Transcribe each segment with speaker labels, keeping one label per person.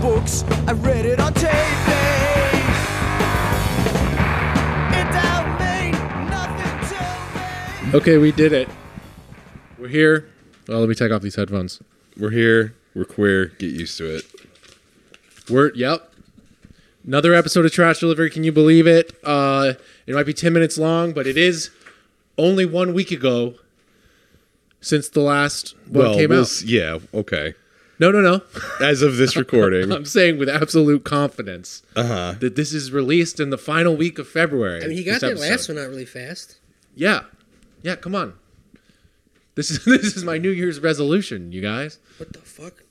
Speaker 1: books, I read it on TV. It don't mean nothing to me.
Speaker 2: Okay, we did it. We're here. Well, let me take off these headphones.
Speaker 3: We're here. We're queer. Get used to it.
Speaker 2: We're yep. Another episode of Trash Delivery. Can you believe it? Uh, it might be ten minutes long, but it is only one week ago since the last one came
Speaker 3: we'll
Speaker 2: out.
Speaker 3: s- yeah. Okay.
Speaker 2: No, no, no.
Speaker 3: As of this recording,
Speaker 2: I'm saying with absolute confidence
Speaker 3: Uh-huh.
Speaker 2: that this is released in the final week of February.
Speaker 4: I mean, he
Speaker 2: this
Speaker 4: got that
Speaker 2: episode.
Speaker 4: last one out really fast.
Speaker 2: Yeah, yeah. Come on. This is this is my New Year's resolution, you guys.
Speaker 4: What the fuck?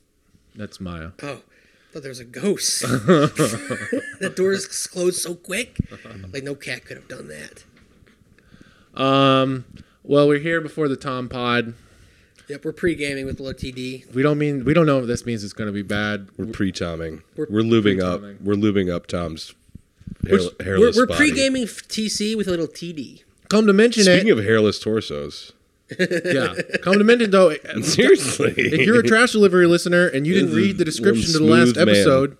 Speaker 2: That's Maya.
Speaker 4: Oh, I thought there was a ghost. that door is closed so quick. Like no cat could have done that.
Speaker 2: Um. Well, we're here before the Tom Pod.
Speaker 4: Yep, we're pre-gaming with low TD.
Speaker 2: We don't mean we don't know if this means it's going to be bad.
Speaker 3: we're pre-tomming. We're,
Speaker 4: We're
Speaker 3: lubing up.
Speaker 2: pre-tomming.
Speaker 3: We're lubing up Tom's hair,
Speaker 2: Which-
Speaker 4: We're,
Speaker 3: hairless
Speaker 4: we're
Speaker 3: body.
Speaker 4: pre-gaming f- TC with a little TD.
Speaker 2: Come to mention
Speaker 3: Speaking
Speaker 2: it,
Speaker 3: of hairless torsos,
Speaker 2: yeah. Come to mention though,
Speaker 3: seriously,
Speaker 2: if you're a trash delivery listener and you didn't
Speaker 3: This is
Speaker 2: read the description
Speaker 3: one
Speaker 2: to the last
Speaker 3: smooth man.
Speaker 2: episode,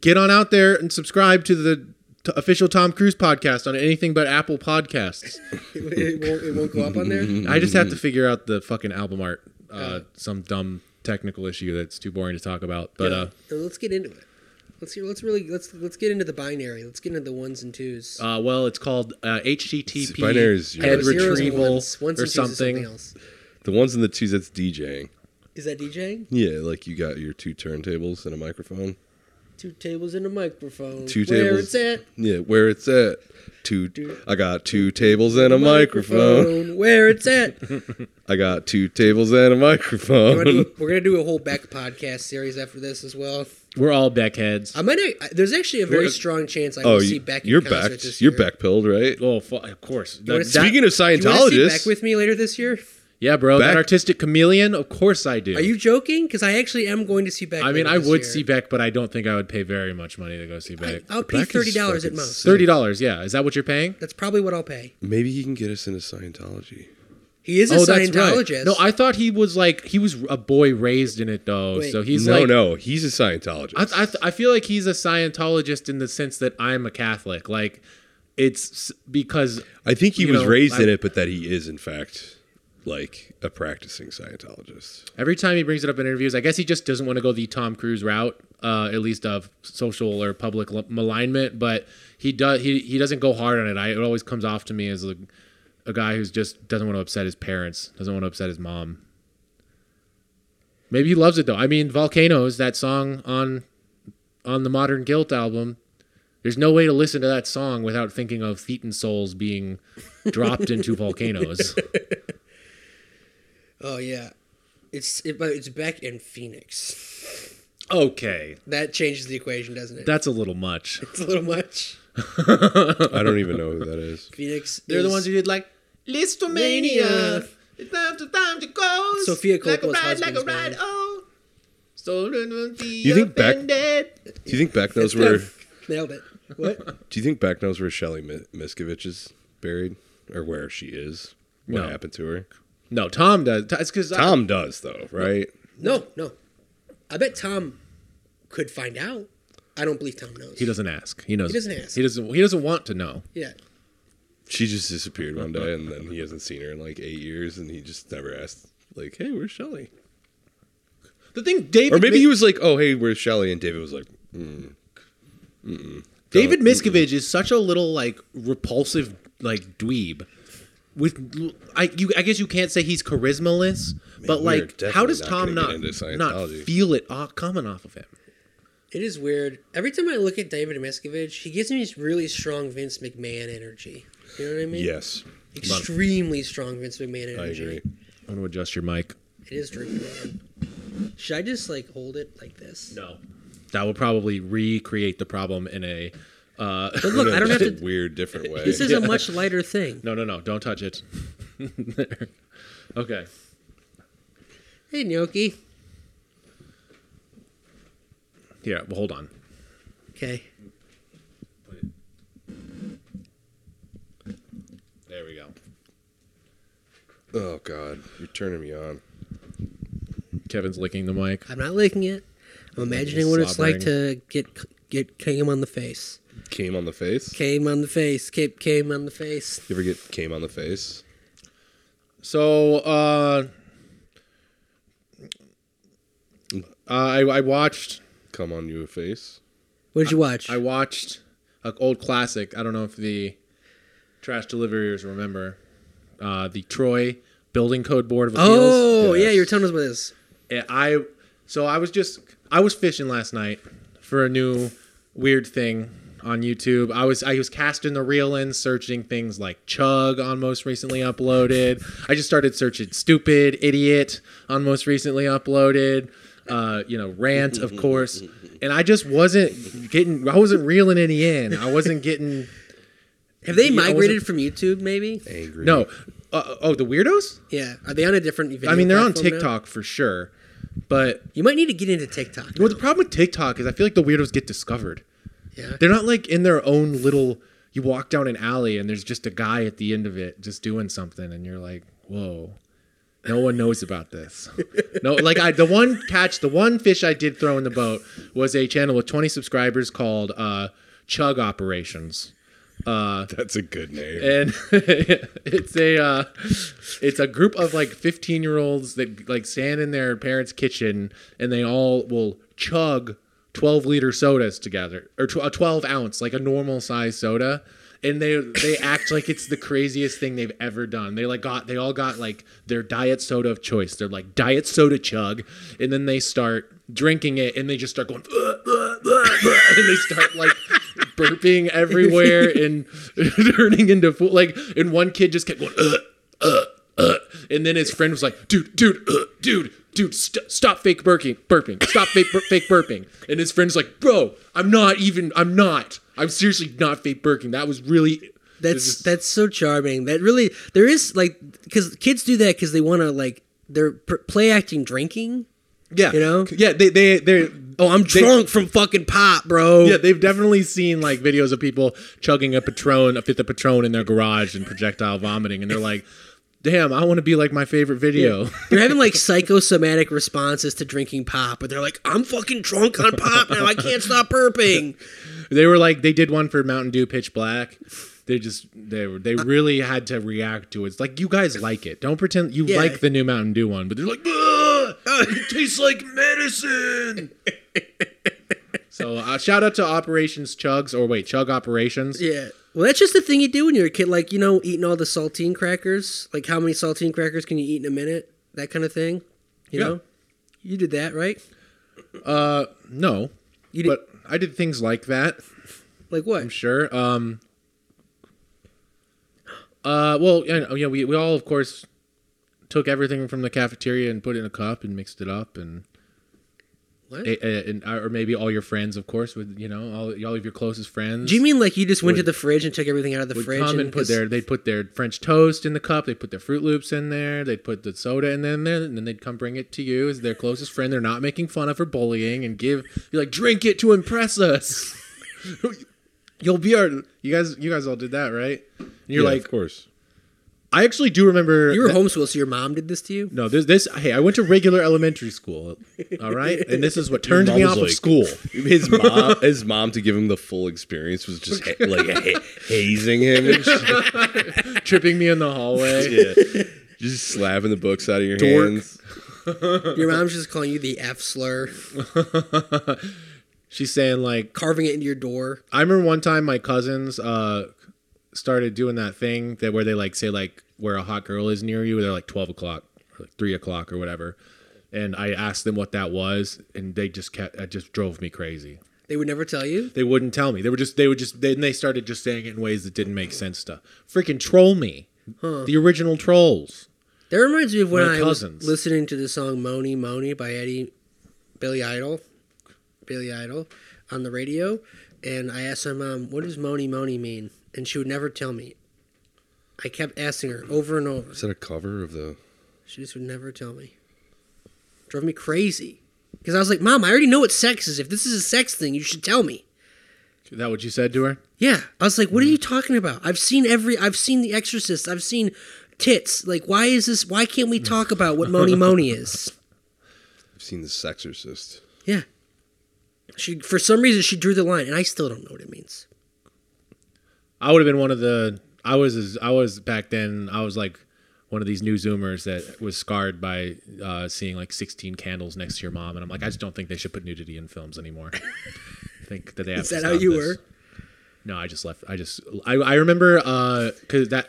Speaker 2: get on out there and subscribe to the t- official Tom Cruise podcast on anything but Apple Podcasts.
Speaker 4: It, it won't, it won't go up on there.
Speaker 2: I just
Speaker 3: Mm-hmm.
Speaker 2: have to figure out the fucking album art. Uh, some dumb technical issue that's too boring to talk about. But uh,
Speaker 4: No, let's get into it. Let's see, let's really let's let's get into the binary. Let's get into the ones and twos.
Speaker 2: Uh, well, it's called uh, HTTP
Speaker 3: Spinner's
Speaker 2: head
Speaker 4: Zeros and
Speaker 2: retrieval
Speaker 4: ones, ones
Speaker 2: or
Speaker 4: and twos is
Speaker 2: something.
Speaker 4: else.
Speaker 3: the ones in the twos that's DJing.
Speaker 4: Is that DJing?
Speaker 3: Yeah, like you got your two turntables and a microphone.
Speaker 4: Two tables and a microphone.
Speaker 3: Two
Speaker 4: Where
Speaker 3: tables.
Speaker 4: it's at.
Speaker 3: Yeah, where it's at. Two. I got two tables and a microphone.
Speaker 4: Where it's at.
Speaker 3: I got two tables and a
Speaker 4: We're gonna,
Speaker 3: microphone.
Speaker 4: do, we're gonna do a whole Beck podcast series after this as well.
Speaker 2: We're all Beckheads.
Speaker 4: I might. I- There's actually a very
Speaker 2: uh,
Speaker 3: We're-
Speaker 4: strong chance I will
Speaker 3: Oh,
Speaker 4: see
Speaker 3: you,
Speaker 4: Beck. in
Speaker 3: you're
Speaker 4: concert
Speaker 3: back.
Speaker 4: this
Speaker 3: You're
Speaker 4: year.
Speaker 3: back pilled, right?
Speaker 2: Oh, fu- of course.
Speaker 4: wanna
Speaker 2: That-
Speaker 4: see-
Speaker 3: Speaking of
Speaker 4: Do you want to see
Speaker 3: Scientologists,
Speaker 4: Beck with me later this year?
Speaker 2: yeah, bro.
Speaker 3: Beck-
Speaker 2: That artistic chameleon. Of course I do.
Speaker 4: Are you joking? Because I actually am going to see Beck.
Speaker 2: I mean,
Speaker 4: later
Speaker 2: I
Speaker 4: this
Speaker 2: would
Speaker 4: year.
Speaker 2: see Beck, but I don't think I would pay very much money to go see Beck.
Speaker 4: I'll pay
Speaker 3: Beck is
Speaker 4: thirty dollars at
Speaker 3: fucking
Speaker 4: most.
Speaker 3: sick.
Speaker 2: Thirty dollars. Yeah, is that what you're paying?
Speaker 4: That's probably what I'll pay.
Speaker 3: maybe he can get us into Scientology.
Speaker 4: He is a
Speaker 2: oh, that's
Speaker 4: Scientologist.
Speaker 2: right. No, I thought he was like he was a boy raised in it though.
Speaker 4: Wait.
Speaker 2: So he's
Speaker 3: no,
Speaker 2: like
Speaker 3: no, he's a Scientologist.
Speaker 2: I, I, I feel like he's a Scientologist in the sense that I'm a Catholic. Like, it's s- because
Speaker 3: I think he
Speaker 2: you
Speaker 3: was
Speaker 2: know,
Speaker 3: raised
Speaker 2: I-
Speaker 3: in it, but that he is in fact like a practicing Scientologist.
Speaker 2: every time he brings it up in interviews, I guess he just doesn't want to go the Tom Cruise route, uh, at least of social or public l- malignment. But he does he he doesn't go hard on it. I, it always comes off to me as a, a guy who's just doesn't want to upset his parents, doesn't want to upset his mom. Maybe he loves it though. I mean, Volcanoes, that song on on the Modern Guilt album. There's no way to listen to that song without thinking of Thetan souls being dropped into volcanoes.
Speaker 4: oh yeah, it's it, but it's Beck and Phoenix.
Speaker 2: Okay,
Speaker 4: That changes the equation, doesn't it?
Speaker 2: that's a little much.
Speaker 4: That's a little much.
Speaker 3: I don't even know who that is.
Speaker 4: Phoenix.
Speaker 2: They're the
Speaker 4: is-
Speaker 2: ones who did like Listomania.
Speaker 4: Mania.
Speaker 2: It's time to time to go.
Speaker 4: Sophia
Speaker 2: like a
Speaker 4: Coppola's
Speaker 2: ride, like a
Speaker 4: husband's
Speaker 2: ride.
Speaker 4: name.
Speaker 2: Oh, stolen will be
Speaker 3: You think Beck-
Speaker 2: offended.
Speaker 3: Do you think Beck knows
Speaker 4: No,
Speaker 3: where?
Speaker 4: nailed it. What?
Speaker 3: Do you think Beck knows where Shelley Mi- Miskovich is buried, or where she is? What
Speaker 2: No.
Speaker 3: happened to her?
Speaker 2: No, Tom does. T- It's uh, because
Speaker 3: Tom does though, right?
Speaker 4: No, no. I bet Tom could find out. I don't believe Tom knows.
Speaker 2: he doesn't ask. He knows.
Speaker 4: He doesn't ask.
Speaker 2: He doesn't. He doesn't want to know.
Speaker 4: Yeah.
Speaker 3: She just disappeared one day, and then he hasn't seen her in like eight years, and he just never asked, like, "Hey, where's Shelley?"
Speaker 2: The thing, David.
Speaker 3: Or maybe
Speaker 2: Mi-
Speaker 3: he was like, "Oh, hey, where's Shelley?" And David was like,
Speaker 2: David Miscavige is such a little like repulsive like dweeb. With I you I guess you can't say he's charismaless, but
Speaker 3: we are
Speaker 2: like how
Speaker 3: definitely
Speaker 2: does
Speaker 3: not
Speaker 2: Tom
Speaker 3: gonna
Speaker 2: not
Speaker 3: get into
Speaker 2: not
Speaker 3: Scientology.
Speaker 2: feel it uh, coming off of him?
Speaker 4: It is weird. Every time I look at David Miscavige, he gives me this really strong Vince McMahon energy. You know what I mean?
Speaker 3: "Yes,
Speaker 4: Extremely strong Vince McMahon
Speaker 3: I
Speaker 4: energy.
Speaker 3: agree."
Speaker 2: I'm gonna adjust your mic.
Speaker 4: It is drinking. man. Should I just like hold it like this?
Speaker 2: No. That will probably recreate the problem in a. Uh,
Speaker 4: But look, I don't have
Speaker 3: Just a
Speaker 4: to.
Speaker 3: weird, different way.
Speaker 4: This is a much lighter thing.
Speaker 2: no, no, no. Don't touch it. There. Okay.
Speaker 4: Hey, gnocchi.
Speaker 2: Here, well, hold on.
Speaker 4: Okay.
Speaker 2: There we go.
Speaker 3: Oh God, you're turning me on.
Speaker 2: Kevin's licking the mic.
Speaker 4: I'm not licking it. I'm imagining what it's like
Speaker 2: Slobbering.
Speaker 4: to get get came on the face.
Speaker 3: Came on the face.
Speaker 4: Came on the face. Came came on the face.
Speaker 3: You ever get came on the face?
Speaker 2: So uh, I I watched
Speaker 3: Come on your face.
Speaker 4: What did you watch?
Speaker 2: I watched an old classic. I don't know if the trash deliverers remember uh, the Troy Building Code Board of Appeals.
Speaker 4: oh yeah,
Speaker 3: Yes.
Speaker 4: you were telling us about this.
Speaker 2: And I so I was just I was fishing last night for a new weird thing on YouTube. I was I was casting the reel in, searching things like chug on most recently uploaded. I just started searching stupid idiot on most recently uploaded. Uh, you know, rant of course. And I just wasn't getting I wasn't reeling any in. I wasn't getting
Speaker 4: Have they
Speaker 2: Yeah, I
Speaker 4: migrated from YouTube? Maybe.
Speaker 3: Angry.
Speaker 2: no. Uh, oh, the weirdos?
Speaker 4: Yeah. Are they on a different? Video
Speaker 2: I mean, they're on
Speaker 4: platform now?
Speaker 2: TikTok for sure. But
Speaker 4: You might need to get into TikTok.
Speaker 2: well,
Speaker 4: now.
Speaker 2: the problem with TikTok is I feel like the weirdos get discovered.
Speaker 4: yeah.
Speaker 2: They're not like in their own little. You walk down an alley and there's just a guy at the end of it just doing something, and you're like, "Whoa, no one knows about this." no, like I the one catch, the one fish I did throw in the boat was a channel with 20 subscribers called uh, Chug Operations,
Speaker 3: That's a good name.
Speaker 2: and it's a uh, it's a group of like 15 year olds that like stand in their parents' kitchen and they all will chug 12 liter sodas together or tw- a 12 ounce like a normal size soda and they they act like it's the craziest thing they've ever done they like got they all got like their diet soda of choice they're like diet soda chug and then they start drinking it and they just start going and they start like burping everywhere and turning into fool. Like, and one kid just kept going, uh, uh, uh. and then his friend was like, dude, dude, uh, dude, dude, st- stop fake burping, burping, stop fake, bur- fake burping. And his friend's like, bro, I'm not even, I'm not, I'm seriously not fake burping. That was really.
Speaker 4: That's that's so charming. That really there is like because kids do that because they want to like they're pr- play acting drinking.
Speaker 2: Yeah,
Speaker 4: You know?
Speaker 2: Yeah, they they they.
Speaker 4: Oh, I'm
Speaker 2: They-
Speaker 4: drunk from fucking pop, bro.
Speaker 2: Yeah, they've definitely seen like videos of people chugging a Patron, a fifth of Patron in their garage and projectile vomiting, and they're like, "Damn, I want to be like my favorite video."
Speaker 4: They're having like psychosomatic responses to drinking pop, but they're like, I'm fucking drunk on pop now. I can't stop burping.
Speaker 2: They were like they did one for Mountain Dew Pitch Black. They just they were
Speaker 4: Uh,
Speaker 2: they really had to react to it. It's like you guys like it. Don't pretend you
Speaker 4: Yeah. Uh,
Speaker 2: like the new Mountain Dew one, but they're like, "Ugh, it tastes like medicine. so uh, shout out to Operations Chugs or wait Chug Operations.
Speaker 4: Yeah. Well, that's just the thing you do when you're a kid. Like, you know, eating all the saltine crackers. Like, how many saltine crackers can you eat in a minute? That kind of thing. You
Speaker 2: Yeah.
Speaker 4: know? You did that, right?
Speaker 2: No,
Speaker 4: You did.
Speaker 2: but I did things like that.
Speaker 4: like, what?
Speaker 2: Sure. Um. Uh. Well, you know, yeah, we we all of course took everything from the cafeteria and put it in a cup and mixed it up and.
Speaker 4: What?
Speaker 2: A- a- and uh, or maybe all your friends, of course, with you know all, all of your closest friends.
Speaker 4: do you mean like you just went to the fridge and took everything out of the
Speaker 2: would
Speaker 4: fridge?
Speaker 2: come
Speaker 4: and
Speaker 2: and put
Speaker 4: just-
Speaker 2: their they put their French toast in the cup. They put their Fruit Loops in there. They would put the soda in there, and then- and then they'd come bring it to you as their closest friend. They're not making fun of or bullying, and give you like drink it to impress us. You'll be our you guys. You guys all did that, right? And you're
Speaker 3: Yeah,
Speaker 2: like,
Speaker 3: of course.
Speaker 2: I actually do remember.
Speaker 4: You were
Speaker 2: that-
Speaker 4: homeschooled, so your mom did this to you?
Speaker 2: No, this this hey, I went to regular elementary school. All right, and this is what turned me
Speaker 3: mom's
Speaker 2: off of
Speaker 3: like-
Speaker 2: school.
Speaker 3: His mom, his mom, to give him the full experience was just ha- like ha- hazing him, and shit.
Speaker 2: tripping me in the hallway.
Speaker 3: Yeah. just slapping the books out of your
Speaker 2: Dork.
Speaker 3: hands.
Speaker 4: Your mom's just calling you the F slur,
Speaker 2: She's saying like,
Speaker 4: carving it into your door.
Speaker 2: I remember one time my cousins uh, started doing that thing that where they like say like where a hot girl is near you. They're like twelve o'clock, or like three o'clock, or whatever. And I asked them what that was, and they just kept. It just drove me crazy.
Speaker 4: They would never tell you.
Speaker 2: They wouldn't tell me. They were just. They would just. Then they started just saying it in ways that didn't make sense to freaking troll me. The original trolls.
Speaker 4: That reminds me of when
Speaker 2: My
Speaker 4: I was
Speaker 2: cousins.
Speaker 4: listening to the song "Money Money" by Eddie, Billy Idol, Billy Idol, on the radio, and I asked my mom, "What does Money Money mean?" and she would never tell me. I kept asking her over and over.
Speaker 3: Is that a cover of the?
Speaker 4: She just would never tell me. Drove me crazy because I was like, "Mom, I already know what sex is. If this is a sex thing, you should tell me."
Speaker 2: Is that what you said to her?
Speaker 4: Yeah, I was like, "What are you talking about? I've seen every. I've seen The Exorcist. I've seen tits. Like, why is this? Why can't we talk about what Money Money is?"
Speaker 3: I've seen The Sexorcist.
Speaker 4: Yeah. She for some reason she drew the line, and I still don't know what it means.
Speaker 2: I would have been one of the. I was. as- I was back then. I was like one of these new Zoomers that was scarred by uh, seeing like 16 candles next to your mom, and I'm like, I just don't think they should put nudity in films anymore. I think that they have.
Speaker 4: Is
Speaker 2: to
Speaker 4: that how
Speaker 2: stop
Speaker 4: you
Speaker 2: this.
Speaker 4: were?
Speaker 2: No, I just left. I just. I I remember uh, cause that.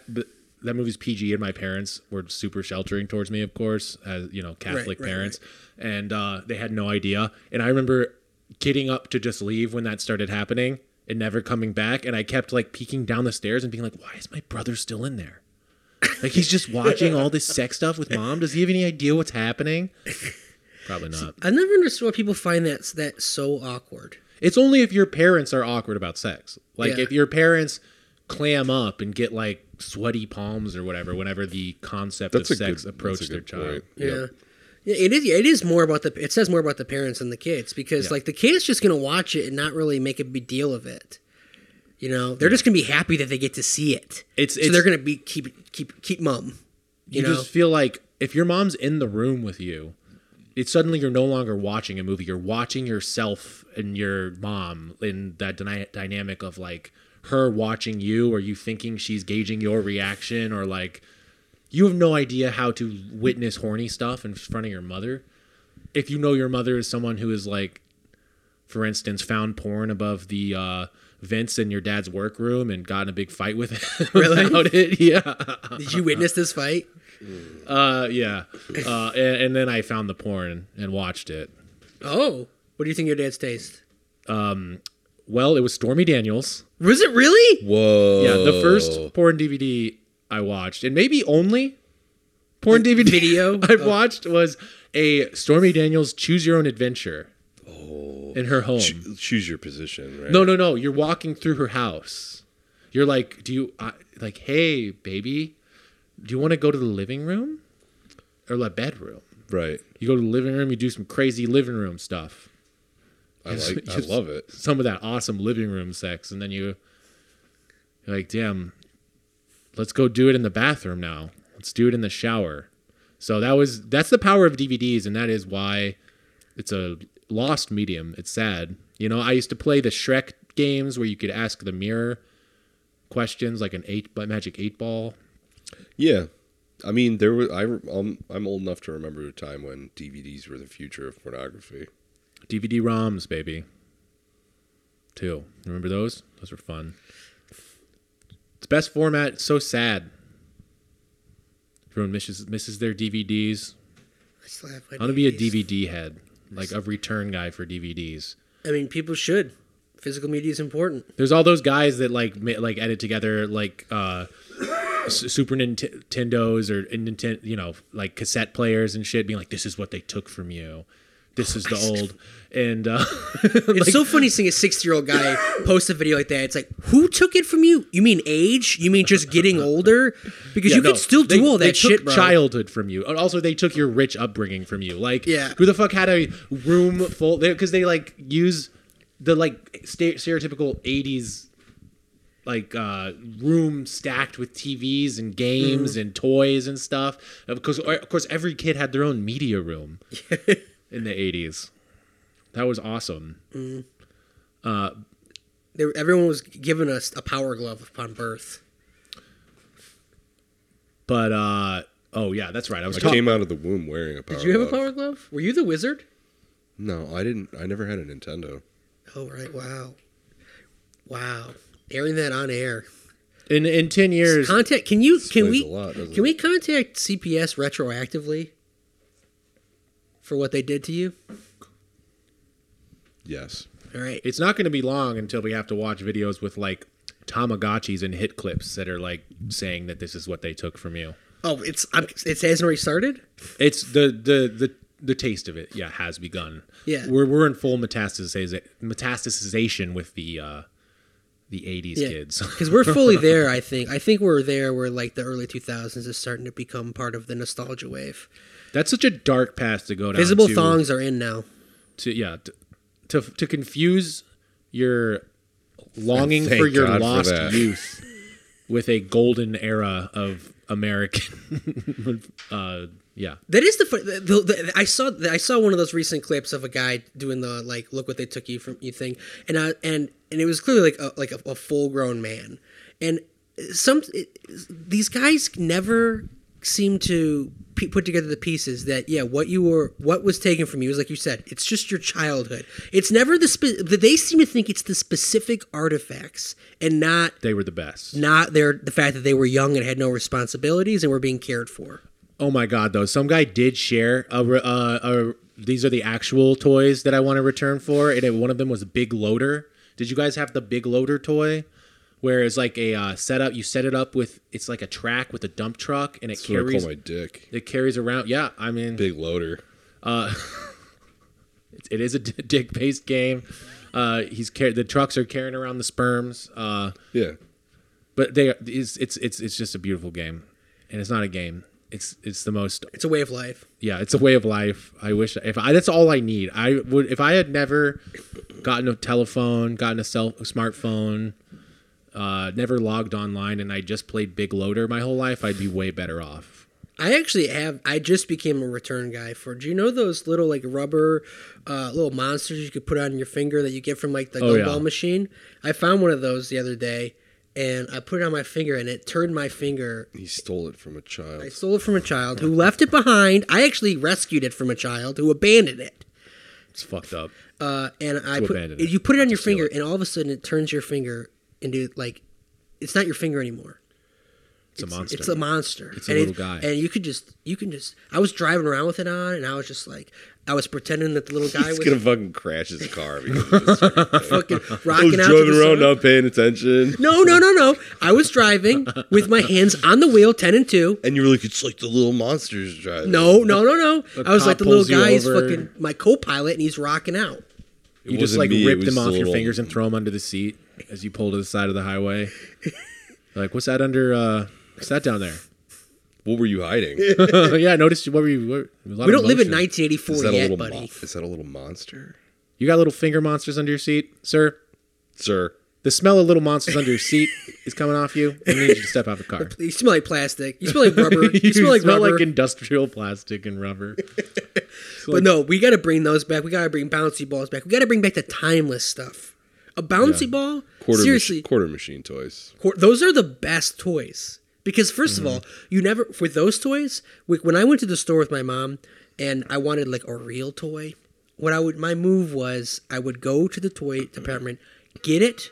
Speaker 2: That movie's PG, and my parents were super sheltering towards me, of course, as you know, Catholic
Speaker 4: right,
Speaker 2: parents, and uh, they had no idea. And I remember getting up to just leave when that started happening and never coming back. And I kept like peeking down the stairs and being like, "Why is my brother still in there? Like he's just watching all this sex stuff with mom. Does he have any idea what's happening? Probably not.
Speaker 4: I never understood why people find that that so awkward.
Speaker 2: It's only if your parents are awkward about sex. Like
Speaker 4: Yeah.
Speaker 2: if your parents clam up and get like sweaty palms or whatever whenever the concept
Speaker 3: That's a
Speaker 2: of sex
Speaker 3: good-
Speaker 2: approaches
Speaker 3: that's a
Speaker 2: their
Speaker 3: good
Speaker 2: child.
Speaker 3: point.
Speaker 4: Yeah. Yeah, it is. It is more about the. It says more about the parents than the kids because,
Speaker 2: Yeah.
Speaker 4: like, the kids just gonna watch it and not really make a big deal of it. You know, they're just gonna be happy that they get to see it.
Speaker 2: It's-
Speaker 4: so
Speaker 2: it's-
Speaker 4: they're gonna be keep keep keep mum.
Speaker 2: You,
Speaker 4: You, know,
Speaker 2: just feel like if your mom's in the room with you, it's suddenly you're no longer watching a movie. You're watching yourself and your mom in that dyna- dynamic of like her watching you or you thinking she's gauging your reaction or like you have no idea how to witness horny stuff in front of your mother. If you know your mother is someone who is like, for instance, found porn above the uh, vents in your dad's workroom and got in a big fight with him about it, yeah.
Speaker 4: did you witness this fight?
Speaker 2: Uh, yeah. Uh, and, and then I found the porn and watched it.
Speaker 4: Oh, what do you think your dad's taste?
Speaker 2: Well, it was Stormy Daniels.
Speaker 4: Was it really?
Speaker 3: Whoa.
Speaker 2: Yeah, the first porn DVD I watched, and maybe only porn DVD
Speaker 4: video?
Speaker 2: I watched was a Stormy Daniels Choose Your Own Adventure. In her home.
Speaker 3: Cho- choose your position, right?
Speaker 2: No, no, no. You're walking through her house. You're like, do you I like, hey, baby, do you want to go to the living room or the bedroom?
Speaker 3: Right.
Speaker 2: You go to the living room. You do some crazy living room stuff.
Speaker 3: I like. I
Speaker 2: Yes.
Speaker 3: love it.
Speaker 2: some of that awesome living room sex, and then you, you're like, damn, let's go do it in the bathroom now. Let's do it in the shower. So that was that's the power of DVDs, and that is why it's a lost medium. It's sad. You know, I used to play the Shrek games where you could ask the mirror questions, like an eight, but magic eight ball.
Speaker 3: Yeah. I mean, there was. I. re- Um, I'm old enough to remember a time when DVDs were the future of pornography.
Speaker 2: DVD ROMs, baby. Two. Remember those? Those were fun. It's best format. It's so sad. Everyone misses misses their DVDs.
Speaker 4: I still have. my
Speaker 2: I'm gonna be a
Speaker 4: DVDs.
Speaker 2: DVD head, like a return guy for DVDs.
Speaker 4: I mean, people should. Physical media is important.
Speaker 2: There's all those guys that like ma- like edit together like uh, S- Super Ninten- Nintendos or Nintendo, you know, like cassette players and shit, being like, "This is what they took from you. This is the old." And uh,
Speaker 4: It's so funny seeing a 60 year old guy post a video like that. It's like, who took it from you? You mean age? You mean just getting older? Because
Speaker 2: Yeah,
Speaker 4: you
Speaker 2: no,
Speaker 4: could still do
Speaker 2: they-
Speaker 4: all that
Speaker 2: they took
Speaker 4: shit, bro.
Speaker 2: Childhood from you, and also they took your rich upbringing from you. Like,
Speaker 4: Yeah.
Speaker 2: who the fuck had a room full? Because they like use the like sta stereotypical '80s like uh, room stacked with TVs and games
Speaker 4: Mm.
Speaker 2: and toys and stuff. Of course, of course, every kid had their own media room in the '80s. That was awesome.
Speaker 4: They, everyone was given us a power glove upon birth.
Speaker 2: But uh, oh yeah, that's right. I was
Speaker 3: I
Speaker 2: talking.
Speaker 3: came out of the womb wearing a power.
Speaker 4: Did you have a
Speaker 3: glove.
Speaker 4: power glove? Were you the wizard?
Speaker 3: No, I didn't. I never had a Nintendo.
Speaker 4: Oh, right. Wow. Wow. Airing that on air.
Speaker 2: in in ten years.
Speaker 4: Contact. Can you? Can
Speaker 3: Explains
Speaker 4: we?
Speaker 3: a lot, doesn't
Speaker 4: can
Speaker 3: it?
Speaker 4: we contact CPS retroactively for what they did to you?
Speaker 3: Yes.
Speaker 4: All right.
Speaker 2: it's not going to be long until we have to watch videos with like Tamagotchis and hit clips that are like saying that this is what they took from you.
Speaker 4: Oh, it's. I'm, it hasn't already started.
Speaker 2: It's the the the the taste of it, yeah, has begun.
Speaker 4: Yeah.
Speaker 2: we're we're in full metastasization metastasization with the uh the '80s kids.
Speaker 4: because we're fully there. I think. I think we're there where like the early 2000s is starting to become part of the nostalgia wave.
Speaker 2: That's such a dark path to go down.
Speaker 4: Visible
Speaker 2: to,
Speaker 4: thongs are in now.
Speaker 2: to yeah to, to to confuse your longing
Speaker 3: Thank
Speaker 2: for your
Speaker 3: God for
Speaker 2: lost
Speaker 3: that.
Speaker 2: youth with a golden era of American. uh, yeah,
Speaker 4: That is the, fu- the, the, the I saw I saw one of those recent clips of a guy doing the like look what they took you from you thing and I and and it was clearly like a, like a, a full grown man and some it, these guys never seem to p- put together the pieces that yeah what you were what was taken from you is like you said it's just your childhood it's never the spe- they seem to think it's the specific artifacts and not
Speaker 2: they were the best.
Speaker 4: not their the fact that they were young and had no responsibilities and were being cared for.
Speaker 2: Oh my god, though, some guy did share a, re- uh, a these are the actual toys that I want to return for, and it, one of them was a big loader. Did you guys have the big loader toy? Where it's like a uh, setup, you set it up with it's like a track with a dump truck, and it
Speaker 3: That's what I
Speaker 2: carries
Speaker 3: call my dick.
Speaker 2: it carries around. Yeah, I mean,
Speaker 3: Big loader.
Speaker 2: it's, it is a d- dick-based game. Uh, he's car- the trucks are carrying around the sperms, uh,
Speaker 3: Yeah.
Speaker 2: but they it's, it's it's it's just a beautiful game, and it's not a game. It's it's the most
Speaker 4: It's a way of life.
Speaker 2: yeah, it's a way of life. I wish if I that's all I need. I would if I had never gotten a telephone, gotten a cell a smartphone, uh, never logged online, and I just played Big Loader my whole life, I'd be way better off.
Speaker 4: I actually have. I just became a return guy for. Do you know those little like rubber, uh, little monsters you could put on your finger that you get from like the
Speaker 2: Oh,
Speaker 4: gumball
Speaker 2: yeah.
Speaker 4: machine? I found one of those the other day, and I put it on my finger, and it turned my finger.
Speaker 3: He stole it from a child.
Speaker 4: I stole it from a child who left it behind. I actually rescued it from a child who abandoned it.
Speaker 2: It's fucked up.
Speaker 4: uh, and I put
Speaker 2: abandon it,
Speaker 4: you put it
Speaker 2: not
Speaker 4: on
Speaker 2: to
Speaker 4: your
Speaker 2: steal
Speaker 4: finger,
Speaker 2: it.
Speaker 4: and all of a sudden it turns your finger into like it's not your finger anymore.
Speaker 2: It's a monster.
Speaker 4: It's a monster.
Speaker 2: It's a
Speaker 4: and
Speaker 2: little guy.
Speaker 4: and you could just you can just. I was driving around with it on, and I was just like, I was pretending that the little guy
Speaker 3: He's
Speaker 4: was
Speaker 3: gonna fucking crash his car. because of this.
Speaker 4: fucking
Speaker 3: I was
Speaker 4: rocking out. to
Speaker 3: driving
Speaker 4: the
Speaker 3: around,
Speaker 4: song.
Speaker 3: not paying attention.
Speaker 4: No, no, no, no. I was driving with my hands on the wheel, ten and two.
Speaker 3: And you were like, it's like the little monsters driving.
Speaker 4: No, no, no, no. I was
Speaker 2: cop
Speaker 4: like the little
Speaker 2: pulls you
Speaker 4: guy is
Speaker 2: over.
Speaker 4: fucking my co-pilot, and he's rocking out.
Speaker 2: you just
Speaker 3: wasn't
Speaker 2: like
Speaker 3: me, it
Speaker 2: rip
Speaker 3: was
Speaker 2: them
Speaker 3: the
Speaker 2: off your
Speaker 3: little-
Speaker 2: fingers and throw them under the seat as you pull to the side of the highway. like, what's that under? uh What's that down there?
Speaker 3: What were you hiding?
Speaker 2: yeah, I noticed. you- What were you? What, a lot
Speaker 4: We
Speaker 2: of
Speaker 4: don't live in
Speaker 2: motion.
Speaker 4: 1984
Speaker 3: Is that a
Speaker 4: yet,
Speaker 3: little
Speaker 4: buddy.
Speaker 3: mon- is that a little monster?
Speaker 2: You got little finger monsters under your seat, sir.
Speaker 3: Sir.
Speaker 2: The smell of little monsters under your seat is coming off you. I need you to step out of the car.
Speaker 4: You smell like plastic. You smell like rubber. You,
Speaker 2: you
Speaker 4: smell like rubber.
Speaker 2: industrial plastic and rubber.
Speaker 4: But no, we got to bring those back. We got to bring bouncy balls back. We got to bring back the timeless stuff. A bouncy ball,
Speaker 3: Quarter
Speaker 4: seriously,
Speaker 3: mach- quarter machine toys.
Speaker 4: quar- those are the best toys because 1st
Speaker 2: Mm-hmm.
Speaker 4: of all, you never with those toys. Like when I went to the store with my mom and I wanted like a real toy, what I would my move was I would go to the toy department, get it,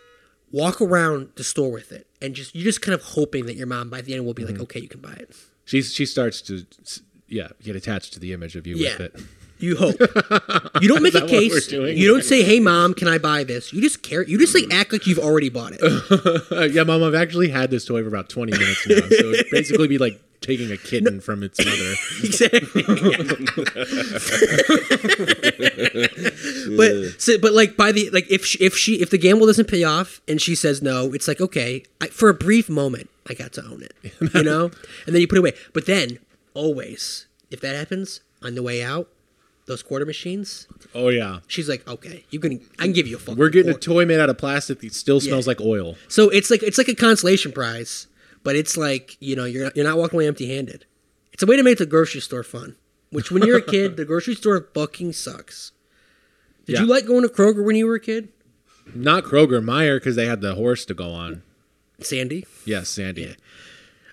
Speaker 4: walk around the store with it, and just you're just kind of hoping that your mom by the end will be
Speaker 2: Mm-hmm.
Speaker 4: like, okay, you can buy it.
Speaker 2: She's she starts to yeah get attached to the image of you
Speaker 4: Yeah.
Speaker 2: with it.
Speaker 4: You hope. You don't make a
Speaker 2: that what we're
Speaker 4: case.
Speaker 2: doing?
Speaker 4: You don't say, "Hey, mom, can I buy this?" You just care. You just like act like you've already bought it.
Speaker 2: Uh, yeah, mom, I've actually had this toy for about twenty minutes now, so it'd basically be like taking a kitten from its mother.
Speaker 4: exactly. but so, but like by the like if she, if she if the gamble doesn't pay off and she says no, it's like okay, I, for a brief moment, I got to own it. You know, and then you put it away. But then always, if that happens on the way out, those quarter machines.
Speaker 2: Oh yeah,
Speaker 4: She's like, okay, you can. I can give you a fucking.
Speaker 2: we're getting a
Speaker 4: quarter."
Speaker 2: toy made out of plastic that still smells like oil.
Speaker 4: So it's like it's like a consolation prize, but it's like you know you're you're not walking away empty-handed. It's a way to make the grocery store fun, which when you're a kid, the grocery store fucking sucks. Did
Speaker 2: Yeah.
Speaker 4: you like going to Kroger when you were a kid,
Speaker 2: Not Kroger Meyer because they had the horse to go on.
Speaker 4: Sandy?
Speaker 2: Yes, Sandy.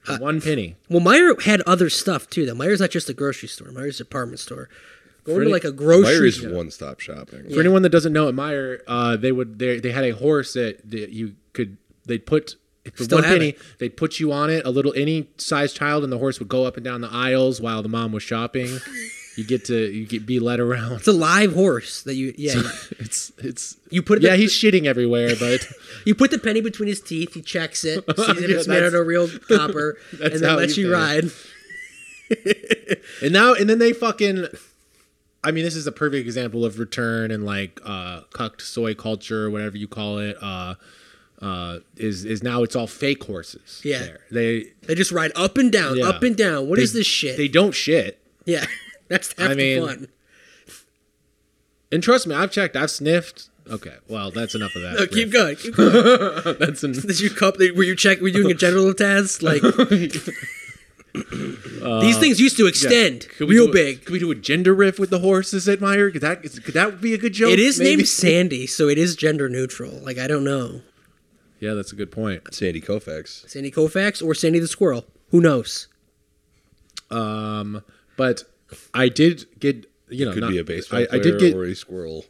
Speaker 4: Uh,
Speaker 2: For one penny.
Speaker 4: Well, Meyer had other stuff too. Though Meyer's not just a grocery store; Meyer's a department store. Going
Speaker 2: Pretty-
Speaker 4: to like a grocery.
Speaker 3: Meyer is
Speaker 4: store.
Speaker 3: one stop shopping.
Speaker 2: For anyone that doesn't know at Meyer, uh, they would they they had a horse that, that you could they'd put for
Speaker 4: Still
Speaker 2: one
Speaker 4: have
Speaker 2: penny
Speaker 4: it.
Speaker 2: they'd put you on it a little any size child and the horse would go up and down the aisles while the mom was shopping. you get to you get be led around.
Speaker 4: It's a live horse that you yeah.
Speaker 2: It's it's
Speaker 4: You put
Speaker 2: yeah
Speaker 4: the-
Speaker 2: he's shitting everywhere but
Speaker 4: You put the penny between his teeth. He checks it, sees if
Speaker 2: Yeah,
Speaker 4: it's made out
Speaker 2: that's-
Speaker 4: of real copper, and
Speaker 2: how
Speaker 4: then lets
Speaker 2: you
Speaker 4: you
Speaker 2: pay.
Speaker 4: ride.
Speaker 2: and now and then they fucking. I mean, this is a perfect example of return and like uh, cucked soy culture, whatever you call it. Uh, uh, is is now it's all fake horses.
Speaker 4: Yeah.
Speaker 2: there. they
Speaker 4: They just ride up and down,
Speaker 2: Yeah.
Speaker 4: up and down. What is
Speaker 2: they-
Speaker 4: this shit?
Speaker 2: They don't shit.
Speaker 4: Yeah, that's half
Speaker 2: I mean-
Speaker 4: the fun.
Speaker 2: And trust me, I've checked. I've sniffed. Okay, well, that's enough of that.
Speaker 4: No, keep going. Keep going.
Speaker 2: That's Uh, en-
Speaker 4: Did you cup? Were you check? Were you doing a general test? Like These things used to extend
Speaker 2: Could we
Speaker 4: real
Speaker 2: do a-
Speaker 4: big.
Speaker 2: Could we do a gender riff with the horses at Meyer? Could that is- could that be a good joke?
Speaker 4: It is
Speaker 2: maybe?
Speaker 4: named Sandy, so it is gender neutral. Like I don't know,
Speaker 2: Yeah, that's a good point.
Speaker 3: Sandy Koufax.
Speaker 4: Sandy Koufax or Sandy the squirrel. Who knows?
Speaker 2: But I did get you know
Speaker 3: Could
Speaker 2: not-
Speaker 3: be a baseball
Speaker 2: I, I
Speaker 3: player
Speaker 2: did get
Speaker 3: or a squirrel.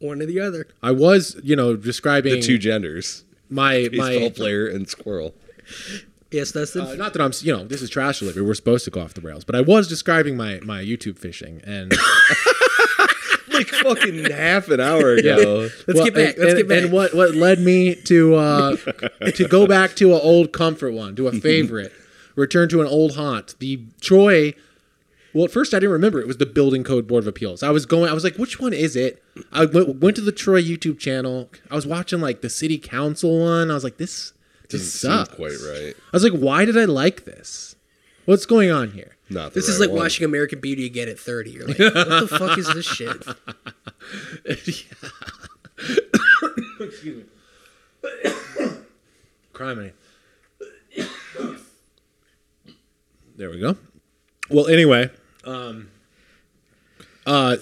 Speaker 4: One or the other.
Speaker 2: I was you know describing
Speaker 3: The two genders.
Speaker 2: my
Speaker 3: Baseball
Speaker 2: my
Speaker 3: player and squirrel.
Speaker 4: Yes, that's
Speaker 2: Uh,
Speaker 4: it.
Speaker 2: not that I'm, you know, this is trash delivery. We're supposed to go off the rails, but I was describing my my YouTube fishing, and
Speaker 3: Like fucking half an hour ago.
Speaker 4: Let's
Speaker 2: well,
Speaker 4: get back.
Speaker 2: and- and-
Speaker 4: Let's get back.
Speaker 2: And what what led me to uh, to go back to an old comfort one, to a favorite, return to an old haunt, the Troy. Well, at first I didn't remember it was the Building Code Board of Appeals. I was going, I was like, which one is it? I went, went to the Troy YouTube channel. I was watching like the City Council one. I was like, this
Speaker 3: Doesn't
Speaker 2: just
Speaker 3: seem
Speaker 2: sucks.
Speaker 3: quite right.
Speaker 2: I was like, why did I like this? What's going on here?
Speaker 3: Not the
Speaker 4: this is
Speaker 3: right
Speaker 4: like
Speaker 3: one.
Speaker 4: watching American Beauty again at thirty. You're like, what the fuck is this shit?
Speaker 2: Criminy. there we go. Well, anyway, um, uh,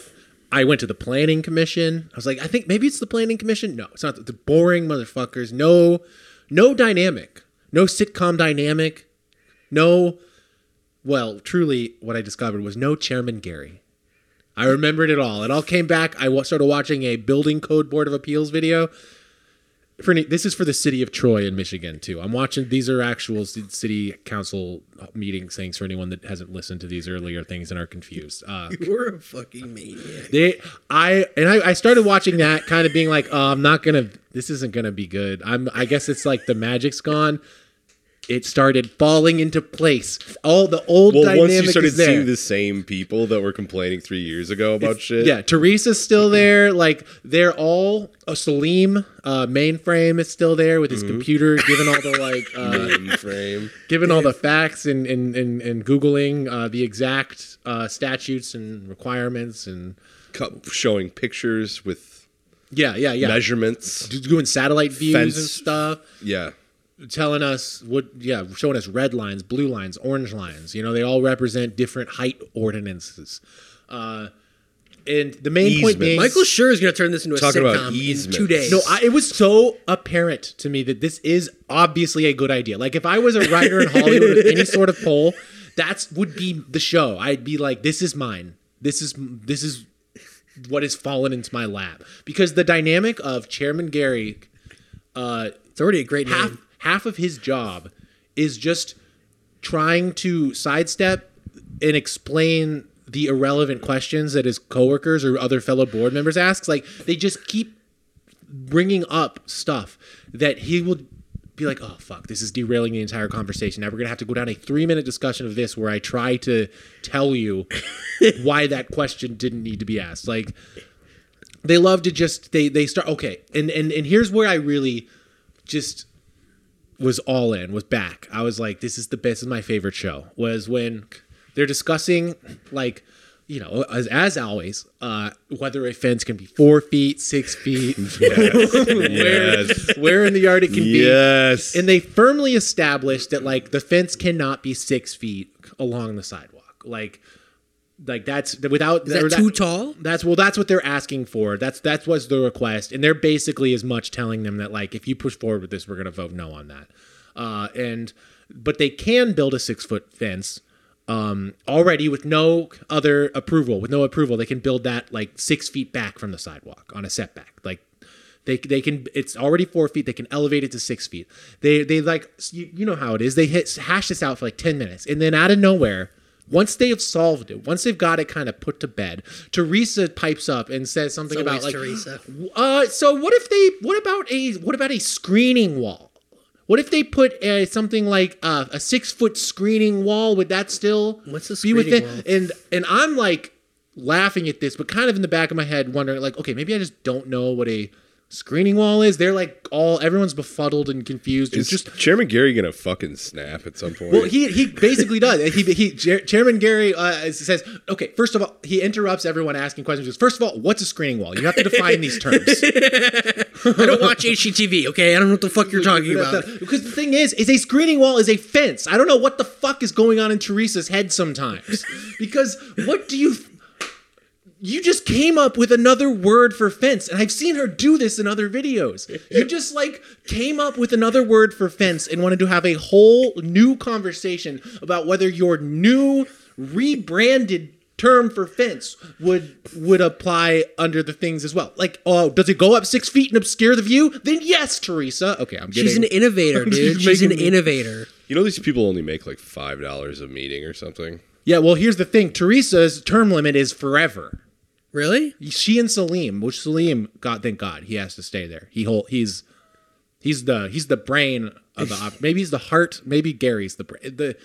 Speaker 2: I went to the planning commission. I was like, I think maybe it's the planning commission. No, it's not. The boring motherfuckers. No, no dynamic. No sitcom dynamic. No. Well, truly, what I discovered was no Chairman Gary. I remembered it all. It all came back. I wa- started watching a building code board of appeals video for any, this is for the city of Troy in Michigan too. I'm watching these are actual c- city council meetings things for anyone that hasn't listened to these earlier things and are confused. Uh,
Speaker 4: You're a fucking maniac.
Speaker 2: they, I and I, I started watching that kind of being like, oh, I'm not gonna. This isn't gonna be good. I'm. I guess it's like the magic's gone. It started falling into place. All the old
Speaker 3: Well,
Speaker 2: dynamic
Speaker 3: once you started
Speaker 2: is there.
Speaker 3: seeing the same people that were complaining three years ago about shit,
Speaker 2: Yeah, Teresa's still there. Like they're all uh, Salim uh, mainframe is still there with his
Speaker 3: Mm-hmm.
Speaker 2: computer, giving all the like, uh,
Speaker 3: mainframe.
Speaker 2: giving all the facts and and and, and googling uh, the exact uh, statutes and requirements and
Speaker 3: cu- showing pictures with
Speaker 2: yeah, yeah, yeah.
Speaker 3: measurements.
Speaker 2: Doing satellite views and
Speaker 3: Fence.
Speaker 2: stuff,
Speaker 3: Yeah,
Speaker 2: telling us what, yeah, showing us red lines, blue lines, orange lines. You know, they all represent different height ordinances. Uh, and the main point
Speaker 3: Easements.
Speaker 2: being,
Speaker 4: Michael Schur is going to turn this into a
Speaker 3: Talking about
Speaker 4: sitcom in
Speaker 3: easements.
Speaker 4: two days.
Speaker 2: No, I, it was so apparent to me that this is obviously a good idea. Like if I was a writer in Hollywood with any sort of poll, that's would be the show. I'd be like, this is mine. This is this is what has fallen into my lap because the dynamic of Chairman Gary, uh,
Speaker 4: it's already a great
Speaker 2: half
Speaker 4: name.
Speaker 2: half of his job is just trying to sidestep and explain the irrelevant questions that his coworkers or other fellow board members asks. Like they just keep bringing up stuff that he will be like, "Oh fuck, this is derailing the entire conversation." Now we're gonna have to go down a three-minute discussion of this where I try to tell you why that question didn't need to be asked. Like they love to just they they start okay, and and and here's where I really just was all in, was back. I was like, this is the best. This is my favorite show. Was when they're discussing, like, you know, as, as always, uh, whether a fence can be four feet, six feet, where,
Speaker 3: Yes.
Speaker 2: where in the yard it can
Speaker 3: yes.
Speaker 2: be. And they firmly established that, like, the fence cannot be six feet along the sidewalk. Like, like that's without
Speaker 4: that
Speaker 2: or
Speaker 4: too tall?
Speaker 2: that's well that's what they're asking for that's that's what's the request and they're basically as much telling them that like if you push forward with this we're going to vote no on that uh and but they can build a six foot fence um already with no other approval with no approval they can build that like six feet back from the sidewalk on a setback like they, they can it's already four feet they can elevate it to six feet they they like you, you know how it is they hit hash this out for like 10 minutes and then out of nowhere once they have solved it once they've got it kind of put to bed teresa pipes up and says something
Speaker 4: It's
Speaker 2: about
Speaker 4: always
Speaker 2: like
Speaker 4: Teresa.
Speaker 2: uh so what if they what about a what about a screening wall what if they put uh, something like uh, a six foot screening wall? Would that still
Speaker 4: What's a
Speaker 2: be within?
Speaker 4: screening wall?
Speaker 2: And and I'm like laughing at this, but kind of in the back of my head, wondering like, okay, maybe I just don't know what a screening wall is. They're like all everyone's befuddled and confused. It's
Speaker 3: Is
Speaker 2: just
Speaker 3: just Chairman Gary gonna fucking snap at some point?
Speaker 2: well, he he basically does. He he Chair- Chairman Gary uh, says, okay, first of all, he interrupts everyone asking questions. He goes, First of all, what's a screening wall? You have to define these terms.
Speaker 4: I don't watch HGTV, okay? I don't know what the fuck you're talking about.
Speaker 2: Because the thing is, is a screening wall is a fence. I don't know what the fuck is going on in Teresa's head sometimes. Because what do you? You just came up with another word for fence, and I've seen her do this in other videos. You just like came up with another word for fence and wanted to have a whole new conversation about whether your new rebranded term for fence would would apply under the things as well. Like, oh, does it go up six feet and obscure the view? Then yes, Teresa. Okay, I'm getting.
Speaker 4: She's an innovator,
Speaker 2: She's
Speaker 4: dude. She's an
Speaker 2: making me-
Speaker 4: innovator.
Speaker 3: you know these people only make like five dollars a meeting or something.
Speaker 2: Yeah, well, here's the thing. Teresa's term limit is forever.
Speaker 4: Really?
Speaker 2: She and Salim, which Salim, God, thank God, he has to stay there. He whole, he's he's the he's the brain of the op- maybe he's the heart, maybe Gary's the brain. The,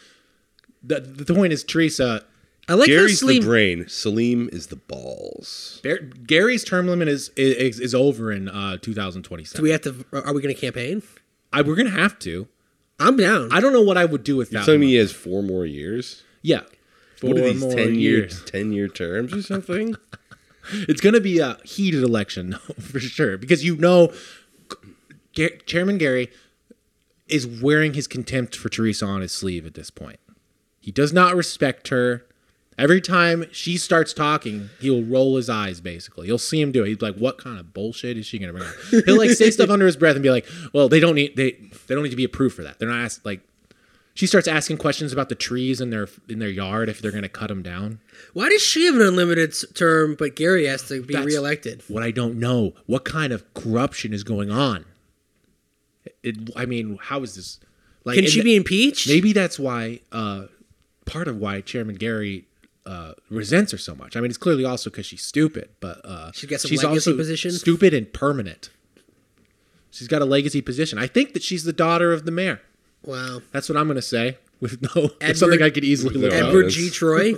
Speaker 2: the the point is Teresa.
Speaker 4: I like
Speaker 3: Gary's
Speaker 4: how Salim.
Speaker 3: the brain. Salim is the balls.
Speaker 2: Bar- Gary's term limit is is, is over in uh,
Speaker 4: Do
Speaker 2: 2027.
Speaker 4: we have to? Are we going to campaign?
Speaker 2: I, we're gonna have to.
Speaker 4: I'm down.
Speaker 2: I don't know what I would do with that.
Speaker 3: Telling
Speaker 2: one.
Speaker 3: me he has four more years.
Speaker 2: yeah,
Speaker 3: what are
Speaker 2: Four
Speaker 3: these
Speaker 2: more
Speaker 3: ten
Speaker 2: years.
Speaker 3: year ten year terms or something?
Speaker 2: It's going to be a heated election, though, for sure, because you know, Ga- Chairman Gary is wearing his contempt for Teresa on his sleeve at this point. He does not respect her. Every time she starts talking, he'll roll his eyes. Basically, you'll see him do it. He's like, "What kind of bullshit is she gonna bring?" Up? He'll like say stuff under his breath and be like, "Well, they don't need they they don't need to be approved for that. They're not asked like." She starts asking questions about the trees in their in their yard if they're gonna cut them down.
Speaker 4: Why does she have an unlimited s- term, but Gary has to be
Speaker 2: That's
Speaker 4: reelected?
Speaker 2: What I don't know, what kind of corruption is going on? It, I mean, how is this? Like,
Speaker 4: Can
Speaker 2: and
Speaker 4: she
Speaker 2: th-
Speaker 4: be impeached?
Speaker 2: Maybe that's why, uh, part of why Chairman Gary uh, resents her so much. I mean, it's clearly also because she's stupid, but uh,
Speaker 4: She's got some legacy position?
Speaker 2: stupid and permanent. She's got a legacy position. I think that she's the daughter of the mayor.
Speaker 4: Wow.
Speaker 2: That's what I'm going to say. With no,
Speaker 4: Edward-
Speaker 2: it's something I could easily look up.
Speaker 4: Edward
Speaker 3: that's-
Speaker 4: G. Troy.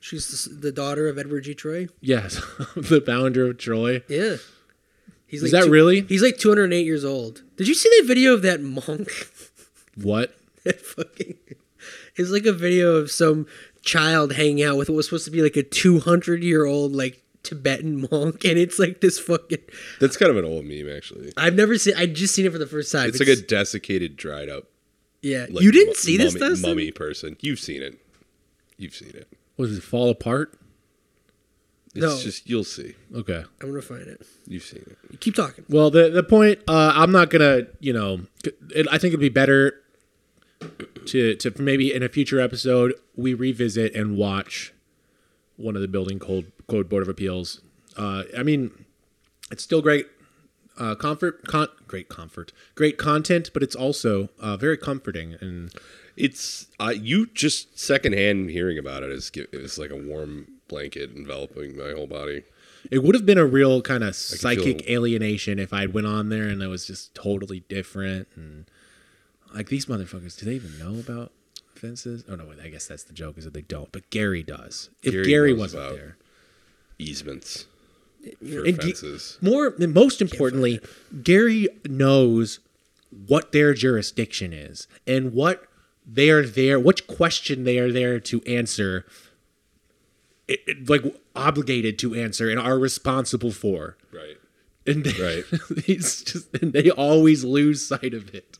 Speaker 4: She's the, s- the daughter of Edward G. Troy.
Speaker 2: Yes, the founder of Troy.
Speaker 4: Yeah. He's
Speaker 2: Is that really?
Speaker 4: He's like 208 years old. Did you see that video of that monk?
Speaker 2: What?
Speaker 4: That fucking. It's like a video of some child hanging out with what was supposed to be like a 200 year old like Tibetan monk, and it's like this fucking.
Speaker 3: That's kind of an old meme actually.
Speaker 4: I've never seen. I just seen it for the first time.
Speaker 3: It's like a desiccated, dried up.
Speaker 4: yeah.
Speaker 3: Like,
Speaker 4: you didn't
Speaker 3: mu-
Speaker 4: see
Speaker 3: mummy,
Speaker 4: this, Dustin?
Speaker 3: mummy person. You've seen it. You've seen it.
Speaker 2: What does it fall apart?
Speaker 3: It's
Speaker 4: No.
Speaker 3: just you'll see.
Speaker 2: Okay.
Speaker 4: I'm gonna find it.
Speaker 3: You've seen it.
Speaker 4: You keep talking.
Speaker 2: Well, the the point uh, I'm not gonna you know it, I think it'd be better to to maybe in a future episode we revisit and watch one of the building code code board of appeals. Uh, I mean, it's still great uh, comfort, con- great comfort, great content, but it's also uh, very comforting and
Speaker 3: It's uh, you just secondhand hearing about it is gi- is like a warm blanket enveloping my whole body.
Speaker 2: It would have been a real kind of psychic
Speaker 3: feel-
Speaker 2: alienation if I went on there and it was just totally different
Speaker 3: Hmm.
Speaker 2: and like these motherfuckers. Do they even know about fences? Oh no, wait, I guess that's the joke is that they don't. But Gary does. If
Speaker 3: Gary
Speaker 2: Gary,
Speaker 3: knows
Speaker 2: wasn't
Speaker 3: about
Speaker 2: there,
Speaker 3: Easements for
Speaker 2: and Ga-
Speaker 3: fences.
Speaker 2: more and most importantly, Gary knows what their jurisdiction is and what they are there, which question they are there to answer, it- it- like obligated to answer and are responsible for.
Speaker 3: right.
Speaker 2: and they,
Speaker 3: Right.
Speaker 2: he's just and they always lose sight of it.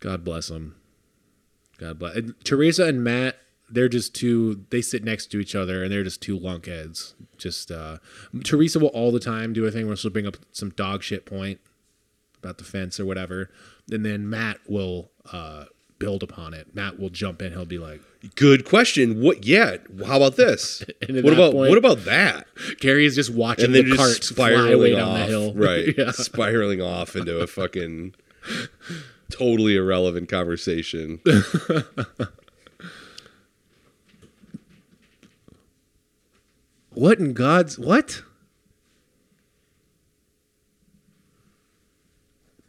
Speaker 2: God bless them. God bless and Teresa and Matt. They're just two. They sit next to each other, and they're just two lunkheads. Just uh, Teresa will all the time do a thing where she'll bring up some dog shit point about the fence or whatever, and then Matt will uh, build upon it. Matt will jump in. He'll be like,
Speaker 3: Good question. What? Yeah. How about this?
Speaker 2: And at
Speaker 3: what
Speaker 2: that
Speaker 3: about
Speaker 2: point-
Speaker 3: what about that?
Speaker 2: "Gary is just watching
Speaker 3: And then
Speaker 2: the cart
Speaker 3: just
Speaker 2: fly away
Speaker 3: spiraling
Speaker 2: down
Speaker 3: off,
Speaker 2: the hill."
Speaker 3: right?
Speaker 2: yeah.
Speaker 3: Spiraling off into a fucking totally irrelevant conversation.
Speaker 2: What in God's what?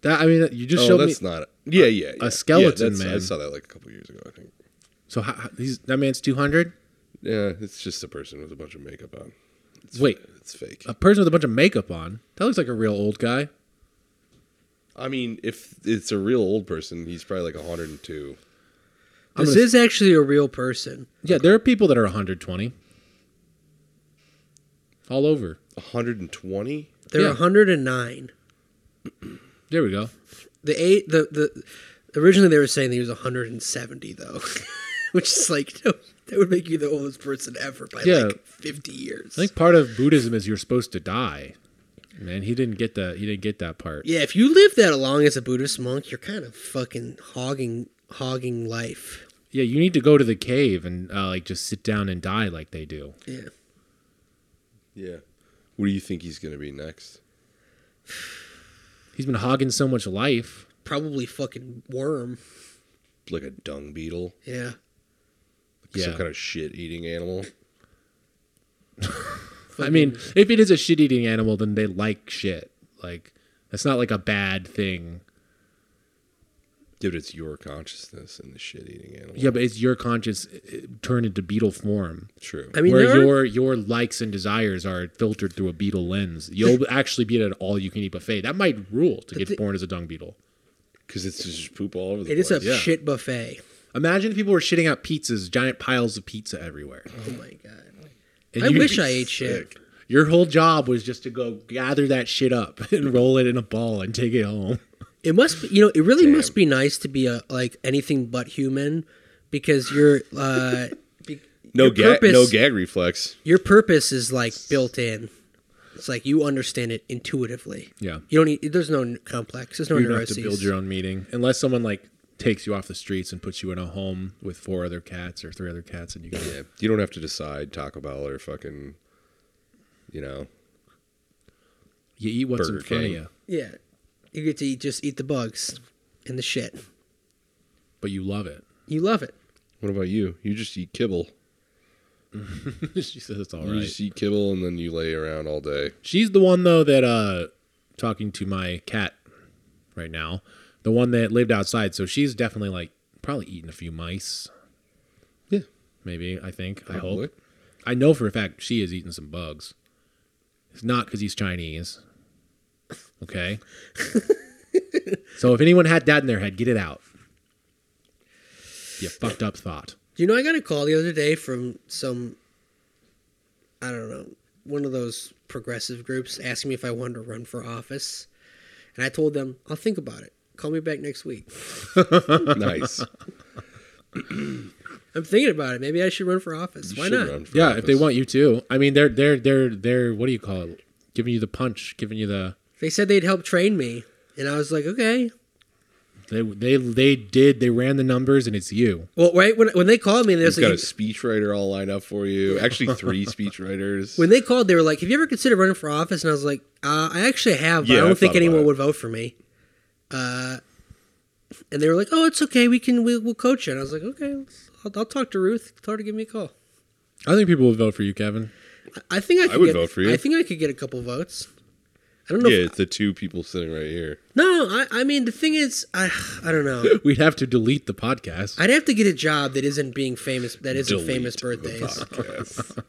Speaker 2: That I mean, you just
Speaker 3: oh,
Speaker 2: showed me.
Speaker 3: that's not. Yeah, yeah, yeah.
Speaker 2: skeleton
Speaker 3: that's- I
Speaker 2: man.
Speaker 3: saw that like a couple years ago. I think.
Speaker 2: so how, how, he's, that man's two hundred.
Speaker 3: Yeah, it's just a person with a bunch of makeup on.
Speaker 2: Wait,
Speaker 3: It's fake.
Speaker 2: a person with a bunch of makeup on? That looks like a real old guy.
Speaker 3: I mean, if it's a real old person, he's probably like 102.
Speaker 2: I'm
Speaker 4: This
Speaker 2: gonna-
Speaker 4: is actually a real person.
Speaker 2: Yeah, there are people that are 120. All over.
Speaker 3: 120?
Speaker 4: They're
Speaker 2: Yeah.
Speaker 4: 109.
Speaker 2: There we go.
Speaker 4: The eight the the originally they were saying that he was 170 though, which is like no, that would make you the oldest person ever by
Speaker 2: Yeah.
Speaker 4: like 50 years.
Speaker 2: I think part of Buddhism is you're supposed to die. Man, he didn't get that. He didn't get that part.
Speaker 4: yeah, if you live that long as a Buddhist monk, you're kind of fucking hogging hogging life.
Speaker 2: Yeah, you need to go to the cave and uh, like just sit down and die like they do.
Speaker 4: Yeah.
Speaker 3: Yeah. What do you think he's going to be next?
Speaker 2: He's been hogging so much life.
Speaker 4: Probably fucking worm.
Speaker 3: Like a dung beetle?
Speaker 4: Yeah.
Speaker 3: Some
Speaker 2: Yeah.
Speaker 3: kind of shit eating animal?
Speaker 2: I mean, if it is a shit-eating animal, then they like shit. Like that's not like a bad thing.
Speaker 3: Dude, it's your consciousness and the shit eating animal.
Speaker 2: Yeah, but it's your conscience uh, turned into beetle form,
Speaker 3: True.
Speaker 4: I mean,
Speaker 2: where
Speaker 4: there are-
Speaker 2: your your likes and desires are filtered through a beetle lens. You'll actually be at an all-you-can-eat buffet. That might rule to get
Speaker 4: thi-
Speaker 2: born as a dung beetle.
Speaker 3: Because it's just poop all over the
Speaker 4: it
Speaker 3: place.
Speaker 4: is a
Speaker 2: Yeah.
Speaker 4: shit buffet.
Speaker 2: Imagine if people were shitting out pizzas, giant piles of pizza everywhere.
Speaker 4: Oh my god.
Speaker 2: And
Speaker 4: I
Speaker 2: you'd
Speaker 4: wish
Speaker 2: be
Speaker 4: I ate
Speaker 2: sick.
Speaker 4: shit.
Speaker 2: Your whole job was just to go gather that shit up and roll it in a ball and take it home.
Speaker 4: It must be, you know, it really must be nice to be a like anything but human because your uh be-
Speaker 3: No,
Speaker 4: your
Speaker 3: gag, no
Speaker 4: purpose-
Speaker 3: gag reflex.
Speaker 4: your purpose is like built in. It's like you understand it intuitively.
Speaker 2: Yeah.
Speaker 4: You don't need there's no n- complex. There's no
Speaker 2: You don't have
Speaker 4: neuroses.
Speaker 2: to build your own meeting unless someone like takes you off the streets and puts you in a home with four other cats or three other cats and you go
Speaker 3: Yeah. You don't have to decide Taco Bell or fucking, you know,
Speaker 2: you eat what's in
Speaker 3: Burger
Speaker 2: front
Speaker 3: King.
Speaker 2: of you,
Speaker 4: yeah. You get to eat, just eat the bugs and the shit.
Speaker 2: but you love it.
Speaker 4: You love it.
Speaker 3: what about you? You just eat kibble.
Speaker 2: she says it's all
Speaker 3: You
Speaker 2: right.
Speaker 3: just eat kibble and then you lay around all day.
Speaker 2: She's the one though that uh talking to my cat right now. The one that lived outside, so she's definitely like probably eating a few mice.
Speaker 3: Yeah.
Speaker 2: Maybe, I think. I
Speaker 3: Probably.
Speaker 2: hope. I know for a fact she has eaten some bugs. It's not because he's Chinese. Okay. so if anyone had that in their head, get it out. You fucked up thought.
Speaker 4: You know, I got a call the other day from some, I don't know, one of those progressive groups asking me if I wanted to run for office. And I told them, I'll think about it. Call me back next week.
Speaker 3: nice.
Speaker 4: I'm thinking about it. Maybe I should run for office.
Speaker 3: You
Speaker 4: Why
Speaker 3: should
Speaker 4: not?
Speaker 3: run for
Speaker 2: Yeah, if they
Speaker 3: office.
Speaker 2: want you to. I mean, they're they're they're they're what do you call it? Giving you the punch, giving you the
Speaker 4: They said they'd help train me. And I was like, okay.
Speaker 2: they they they did they ran the numbers and it's you.
Speaker 4: Well, right when, when they called me, they was
Speaker 3: He's got a
Speaker 4: like,
Speaker 3: speechwriter all lined up for you. Actually, three speechwriters.
Speaker 4: when they called, they were like, have you ever considered running for office? And I was like, uh, I actually have, but
Speaker 3: Yeah,
Speaker 4: I
Speaker 3: I've
Speaker 4: don't think
Speaker 3: thought about
Speaker 4: anyone
Speaker 3: it.
Speaker 4: would vote for me. Uh, and they were like, oh, it's okay. We can, we, we'll coach you. And I was like, okay, I'll, I'll talk to Ruth. Tell her to give me a call.
Speaker 2: I think people would vote for you, Kevin.
Speaker 4: I think I, could
Speaker 3: would
Speaker 4: get,
Speaker 3: vote for you.
Speaker 4: I think I could get a couple votes. I don't know.
Speaker 3: yeah,
Speaker 4: if,
Speaker 3: it's the two people sitting right here.
Speaker 4: no, I, I mean the thing is, I I don't know.
Speaker 2: We'd have to delete the podcast.
Speaker 4: I'd have to get a job that isn't being famous. That isn't famous birthdays.
Speaker 3: podcast.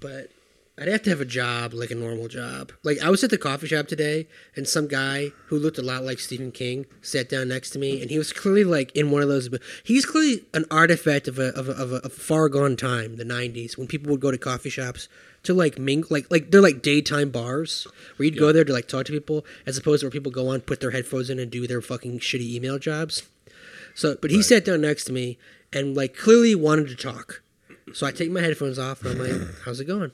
Speaker 4: But I'd have to have a job like a normal job. Like I was at the coffee shop today, and some guy who looked a lot like Stephen King sat down next to me, and he was clearly like in one of those. He's clearly an artifact of a of a, of a, of a far gone time, the '90s, when people would go to coffee shops to like mingle, like like they're like daytime bars where you'd go there to like talk to people, as opposed to where people go on, put their headphones in, and do their fucking shitty email jobs. So, but he sat down next to me and like clearly wanted to talk. So I take my headphones off and I'm like, "How's it going?"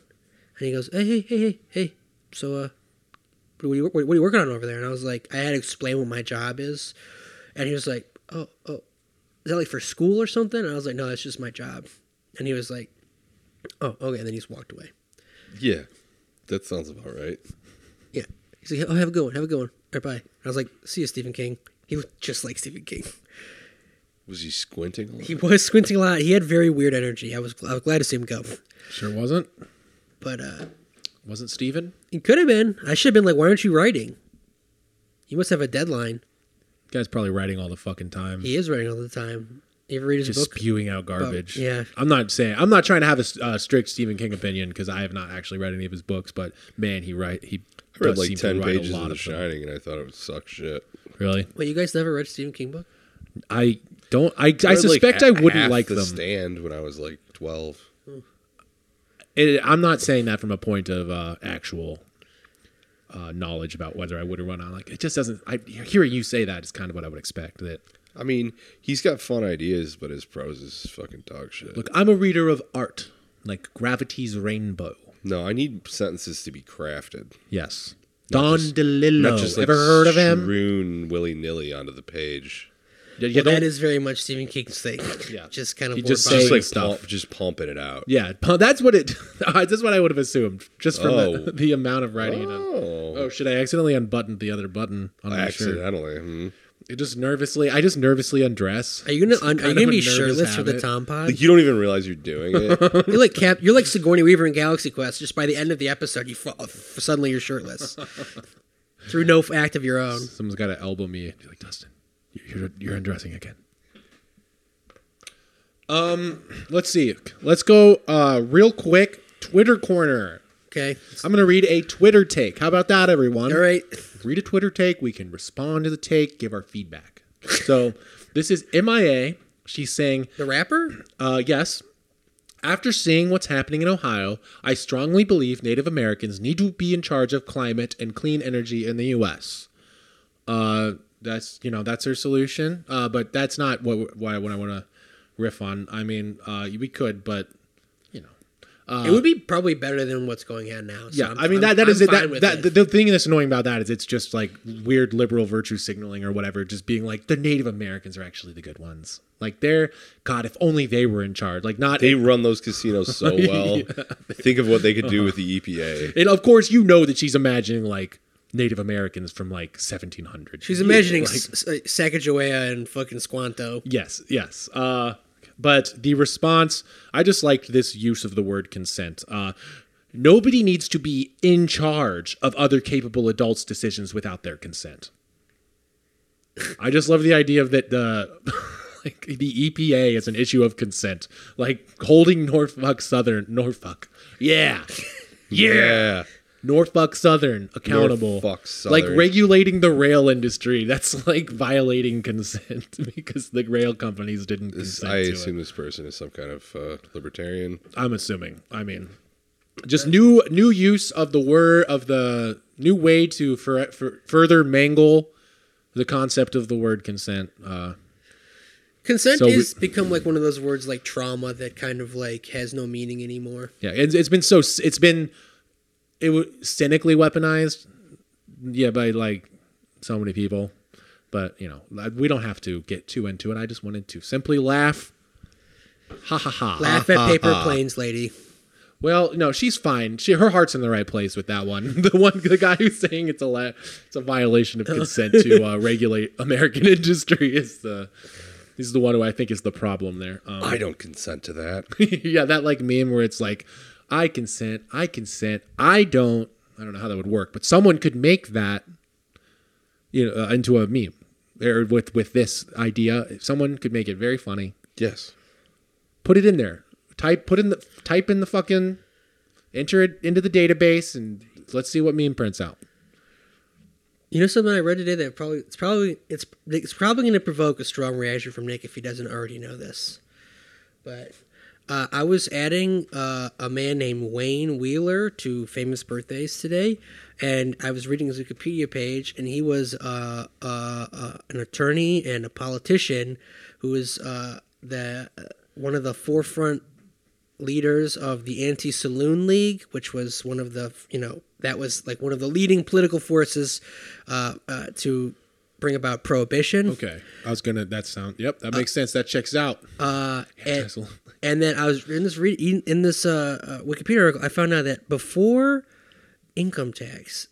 Speaker 4: And he goes, "Hey, hey, hey, hey, hey. So, uh, what are you, what are you working on over there?" And I was like, I had to explain what my job is, and he was like, "Oh, oh, is that like for school or something?" And I was like, "No, that's just my job." And he was like, "Oh, okay." And then he just walked away.
Speaker 3: yeah, that sounds about right.
Speaker 4: Yeah. He's like, oh, have a good one. Have a good one. All right, bye. And I was like, see you, Stephen King. He looked just like Stephen King.
Speaker 3: Was he squinting? a lot?
Speaker 4: He was squinting a lot. He had very weird energy. I was, I was glad to see him go.
Speaker 2: Sure wasn't.
Speaker 4: But uh,
Speaker 2: Wasn't Steven?
Speaker 4: it could have been. I should have been like, why aren't you writing? You must have a deadline.
Speaker 2: Guy's probably writing all the fucking time.
Speaker 4: He is writing all the time. You ever read his
Speaker 2: just
Speaker 4: book?
Speaker 2: spewing out garbage.
Speaker 4: yeah.
Speaker 2: I'm not saying I'm not trying to have a s- uh, strict Stephen King opinion because I have not actually read any of his books, but man, he write he
Speaker 3: I read
Speaker 2: does
Speaker 3: like
Speaker 2: seem to
Speaker 3: ten
Speaker 2: write
Speaker 3: pages of The
Speaker 2: them.
Speaker 3: Shining, and I thought it would suck shit.
Speaker 2: Really,
Speaker 4: Wait, you guys never read Stephen King book?
Speaker 2: I don't. I, I,
Speaker 3: read, like,
Speaker 2: suspect
Speaker 3: ha-
Speaker 2: I wouldn't
Speaker 3: half
Speaker 2: like
Speaker 3: the
Speaker 2: them.
Speaker 3: Stand when I was like twelve.
Speaker 2: It, I'm not saying that from a point of uh, actual uh, knowledge about whether I would or would not like. It just doesn't. I hearing you say that is kind of what I would expect. That
Speaker 3: I mean, he's got fun ideas, but his prose is fucking dog shit.
Speaker 2: look, I'm a reader of art, like Gravity's Rainbow.
Speaker 3: no, I need sentences to be crafted.
Speaker 2: Yes, Don DeLillo.
Speaker 3: Not just like
Speaker 2: Ever heard of him?
Speaker 3: Strewn willy nilly onto the page.
Speaker 2: Yeah,
Speaker 4: Well,
Speaker 2: don't-
Speaker 4: that is very much Stephen King's thing.
Speaker 2: Yeah.
Speaker 4: just kind of
Speaker 2: He just
Speaker 4: word vomit.
Speaker 3: Just
Speaker 2: Saying
Speaker 3: like
Speaker 2: stuff.
Speaker 3: pump- just pumping it out.
Speaker 2: Yeah, pu- that's what it. that's what I would have assumed just from
Speaker 3: Oh.
Speaker 2: the, the amount of writing. Oh.
Speaker 3: Oh,
Speaker 2: oh, should I accidentally unbutton the other button on my shirt?
Speaker 3: accidentally. hmm.
Speaker 2: It just nervously. I just nervously undress.
Speaker 4: Are you gonna
Speaker 2: It's
Speaker 4: un-
Speaker 2: kind
Speaker 4: are you
Speaker 2: of a
Speaker 4: gonna be
Speaker 2: nervous
Speaker 4: shirtless for the
Speaker 2: habit.
Speaker 4: Tom Pod?
Speaker 3: Like you don't even realize you're doing it.
Speaker 4: You're like Cap. You're like Sigourney Weaver in Galaxy Quest. Just by the end of the episode, you fall, f- suddenly you're shirtless through no f- act of your own.
Speaker 2: Someone's got to elbow me and be like, Dustin, you're, you're, you're undressing again. Um, let's see. Let's go uh, real quick. Twitter corner.
Speaker 4: Okay.
Speaker 2: I'm gonna read a Twitter take. How about that, everyone?
Speaker 4: All right.
Speaker 2: read a Twitter take. We can respond to the take, give our feedback. So this is MIA. She's saying,
Speaker 4: The rapper.
Speaker 2: uh, yes. After seeing what's happening in Ohio, I strongly believe Native Americans need to be in charge of climate and clean energy in the U.S. Uh, that's you know that's their solution, uh, but that's not what what I, what I want to riff on. I mean, uh, we could, but you know,
Speaker 4: it would be probably better than what's going on now. So
Speaker 2: Uh, yeah,
Speaker 4: I'm,
Speaker 2: i mean that
Speaker 4: I'm-
Speaker 2: that
Speaker 4: I'm
Speaker 2: is it.
Speaker 4: fine
Speaker 2: That,
Speaker 4: with
Speaker 2: that
Speaker 4: it.
Speaker 2: The, the thing that's annoying about that is it's just like weird liberal virtue signaling or whatever, just being like the Native Americans are actually the good ones. Like they're God, if only they were in charge. Like not.
Speaker 3: they run those casinos so well. Think of what they could do with the E EPA.
Speaker 2: and of course, you know that she's imagining like Native Americans from like 1700.
Speaker 4: She's imagining S- S- Sacagawea and fucking Squanto.
Speaker 2: Yes, yes. Uh, but the response, I just liked this use of the word consent. Uh, nobody needs to be in charge of other capable adults' decisions without their consent. I just love the idea of that the like the EPA is an issue of consent, like holding Norfolk Southern, Norfolk, yeah,
Speaker 3: Yeah.
Speaker 2: Norfolk Southern accountable.
Speaker 3: Norfolk
Speaker 2: Like
Speaker 3: Southern.
Speaker 2: regulating the rail industry. That's like violating consent because the rail companies didn't
Speaker 3: This-
Speaker 2: consent
Speaker 3: I
Speaker 2: to
Speaker 3: assume
Speaker 2: it.
Speaker 3: this person is some kind of uh, libertarian.
Speaker 2: I'm assuming. I mean, just new new use of the word of the new way to for, for further mangle the concept of the word consent. Uh,
Speaker 4: Consent
Speaker 2: So we-
Speaker 4: is become like one of those words like trauma that kind of like has no meaning anymore.
Speaker 2: yeah, it's, it's been so it's been it was cynically weaponized. Yeah, by like so many people. But you know, like, we don't have to get too into it. I just wanted to simply laugh. Ha ha ha.
Speaker 4: Laugh at paper planes, lady.
Speaker 2: Well, no, she's fine. She her heart's in the right place with that one. The one the guy who's saying it's a la- it's a violation of consent to uh, regulate American industry is the is the one who I think is the problem there. Um,
Speaker 3: I don't consent to that.
Speaker 2: yeah, that like meme where it's like I consent, I consent, I don't. I don't know how that would work, but someone could make that you know uh, into a meme or with with this idea. Someone could make it very funny
Speaker 3: yes.
Speaker 2: put it in there. Type put in the type in the fucking enter it into the database and let's see what meme prints out.
Speaker 4: You know something I read today that probably it's probably it's it's probably going to provoke a strong reaction from Nick if he doesn't already know this. But uh, I was adding uh, a man named Wayne Wheeler to famous birthdays today, and I was reading his Wikipedia page, and he was uh, uh, uh, an attorney and a politician who was uh, the one of the forefront leaders of the Anti Saloon League, which was one of the, you know, that was like one of the leading political forces uh, uh, to bring about prohibition.
Speaker 2: Okay, I was gonna. That sound. Yep, that makes sense. That checks out.
Speaker 4: Uh, and,
Speaker 2: Excellent.
Speaker 4: and then I was in this re- in- in this uh, uh, Wikipedia article, I found out that before income tax,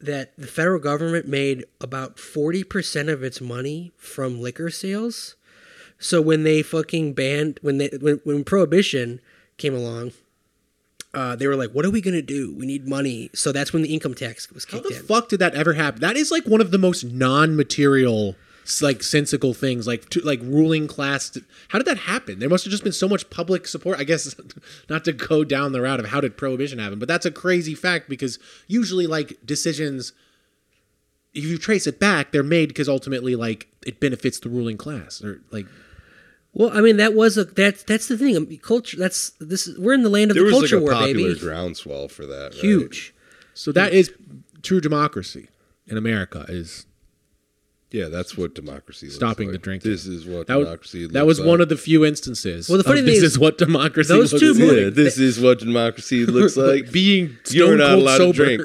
Speaker 4: that the federal government made about forty percent of its money from liquor sales. So when they fucking banned when they when, when prohibition came along, uh, they were like, "What are we gonna do? We need money." So that's when the income tax was
Speaker 2: How
Speaker 4: kicked
Speaker 2: the
Speaker 4: in.
Speaker 2: fuck did that ever happen? That is like one of the most non-material s- like sensical things, like to, like ruling class. d- How did that happen? There must have just been so much public support. I guess not to go down the route of how did prohibition happen, but that's a crazy fact because usually like decisions, if you trace it back, they're made because ultimately like it benefits the ruling class or like
Speaker 4: Well, I mean, that was a that's that's the thing. I mean, Culture. That's this. Is, we're in the land of
Speaker 3: There
Speaker 4: the
Speaker 3: was like
Speaker 4: culture
Speaker 3: a
Speaker 4: war,
Speaker 3: popular
Speaker 4: baby.
Speaker 3: groundswell for that. right?
Speaker 4: Huge.
Speaker 2: so that is true democracy in America is
Speaker 3: Yeah, that's what democracy. looks
Speaker 2: stopping
Speaker 3: like.
Speaker 2: the drinking.
Speaker 3: This is what
Speaker 2: that was,
Speaker 3: democracy.
Speaker 2: That was one of the few instances.
Speaker 4: Well, the funny
Speaker 2: of
Speaker 4: thing
Speaker 2: this
Speaker 4: is,
Speaker 2: is what democracy.
Speaker 4: those
Speaker 2: looks
Speaker 4: two
Speaker 2: like.
Speaker 3: Yeah,
Speaker 4: movies-
Speaker 3: this is what democracy looks like.
Speaker 2: being
Speaker 3: You're
Speaker 2: stone
Speaker 3: not
Speaker 2: cold
Speaker 3: allowed to
Speaker 2: sober.
Speaker 3: drink.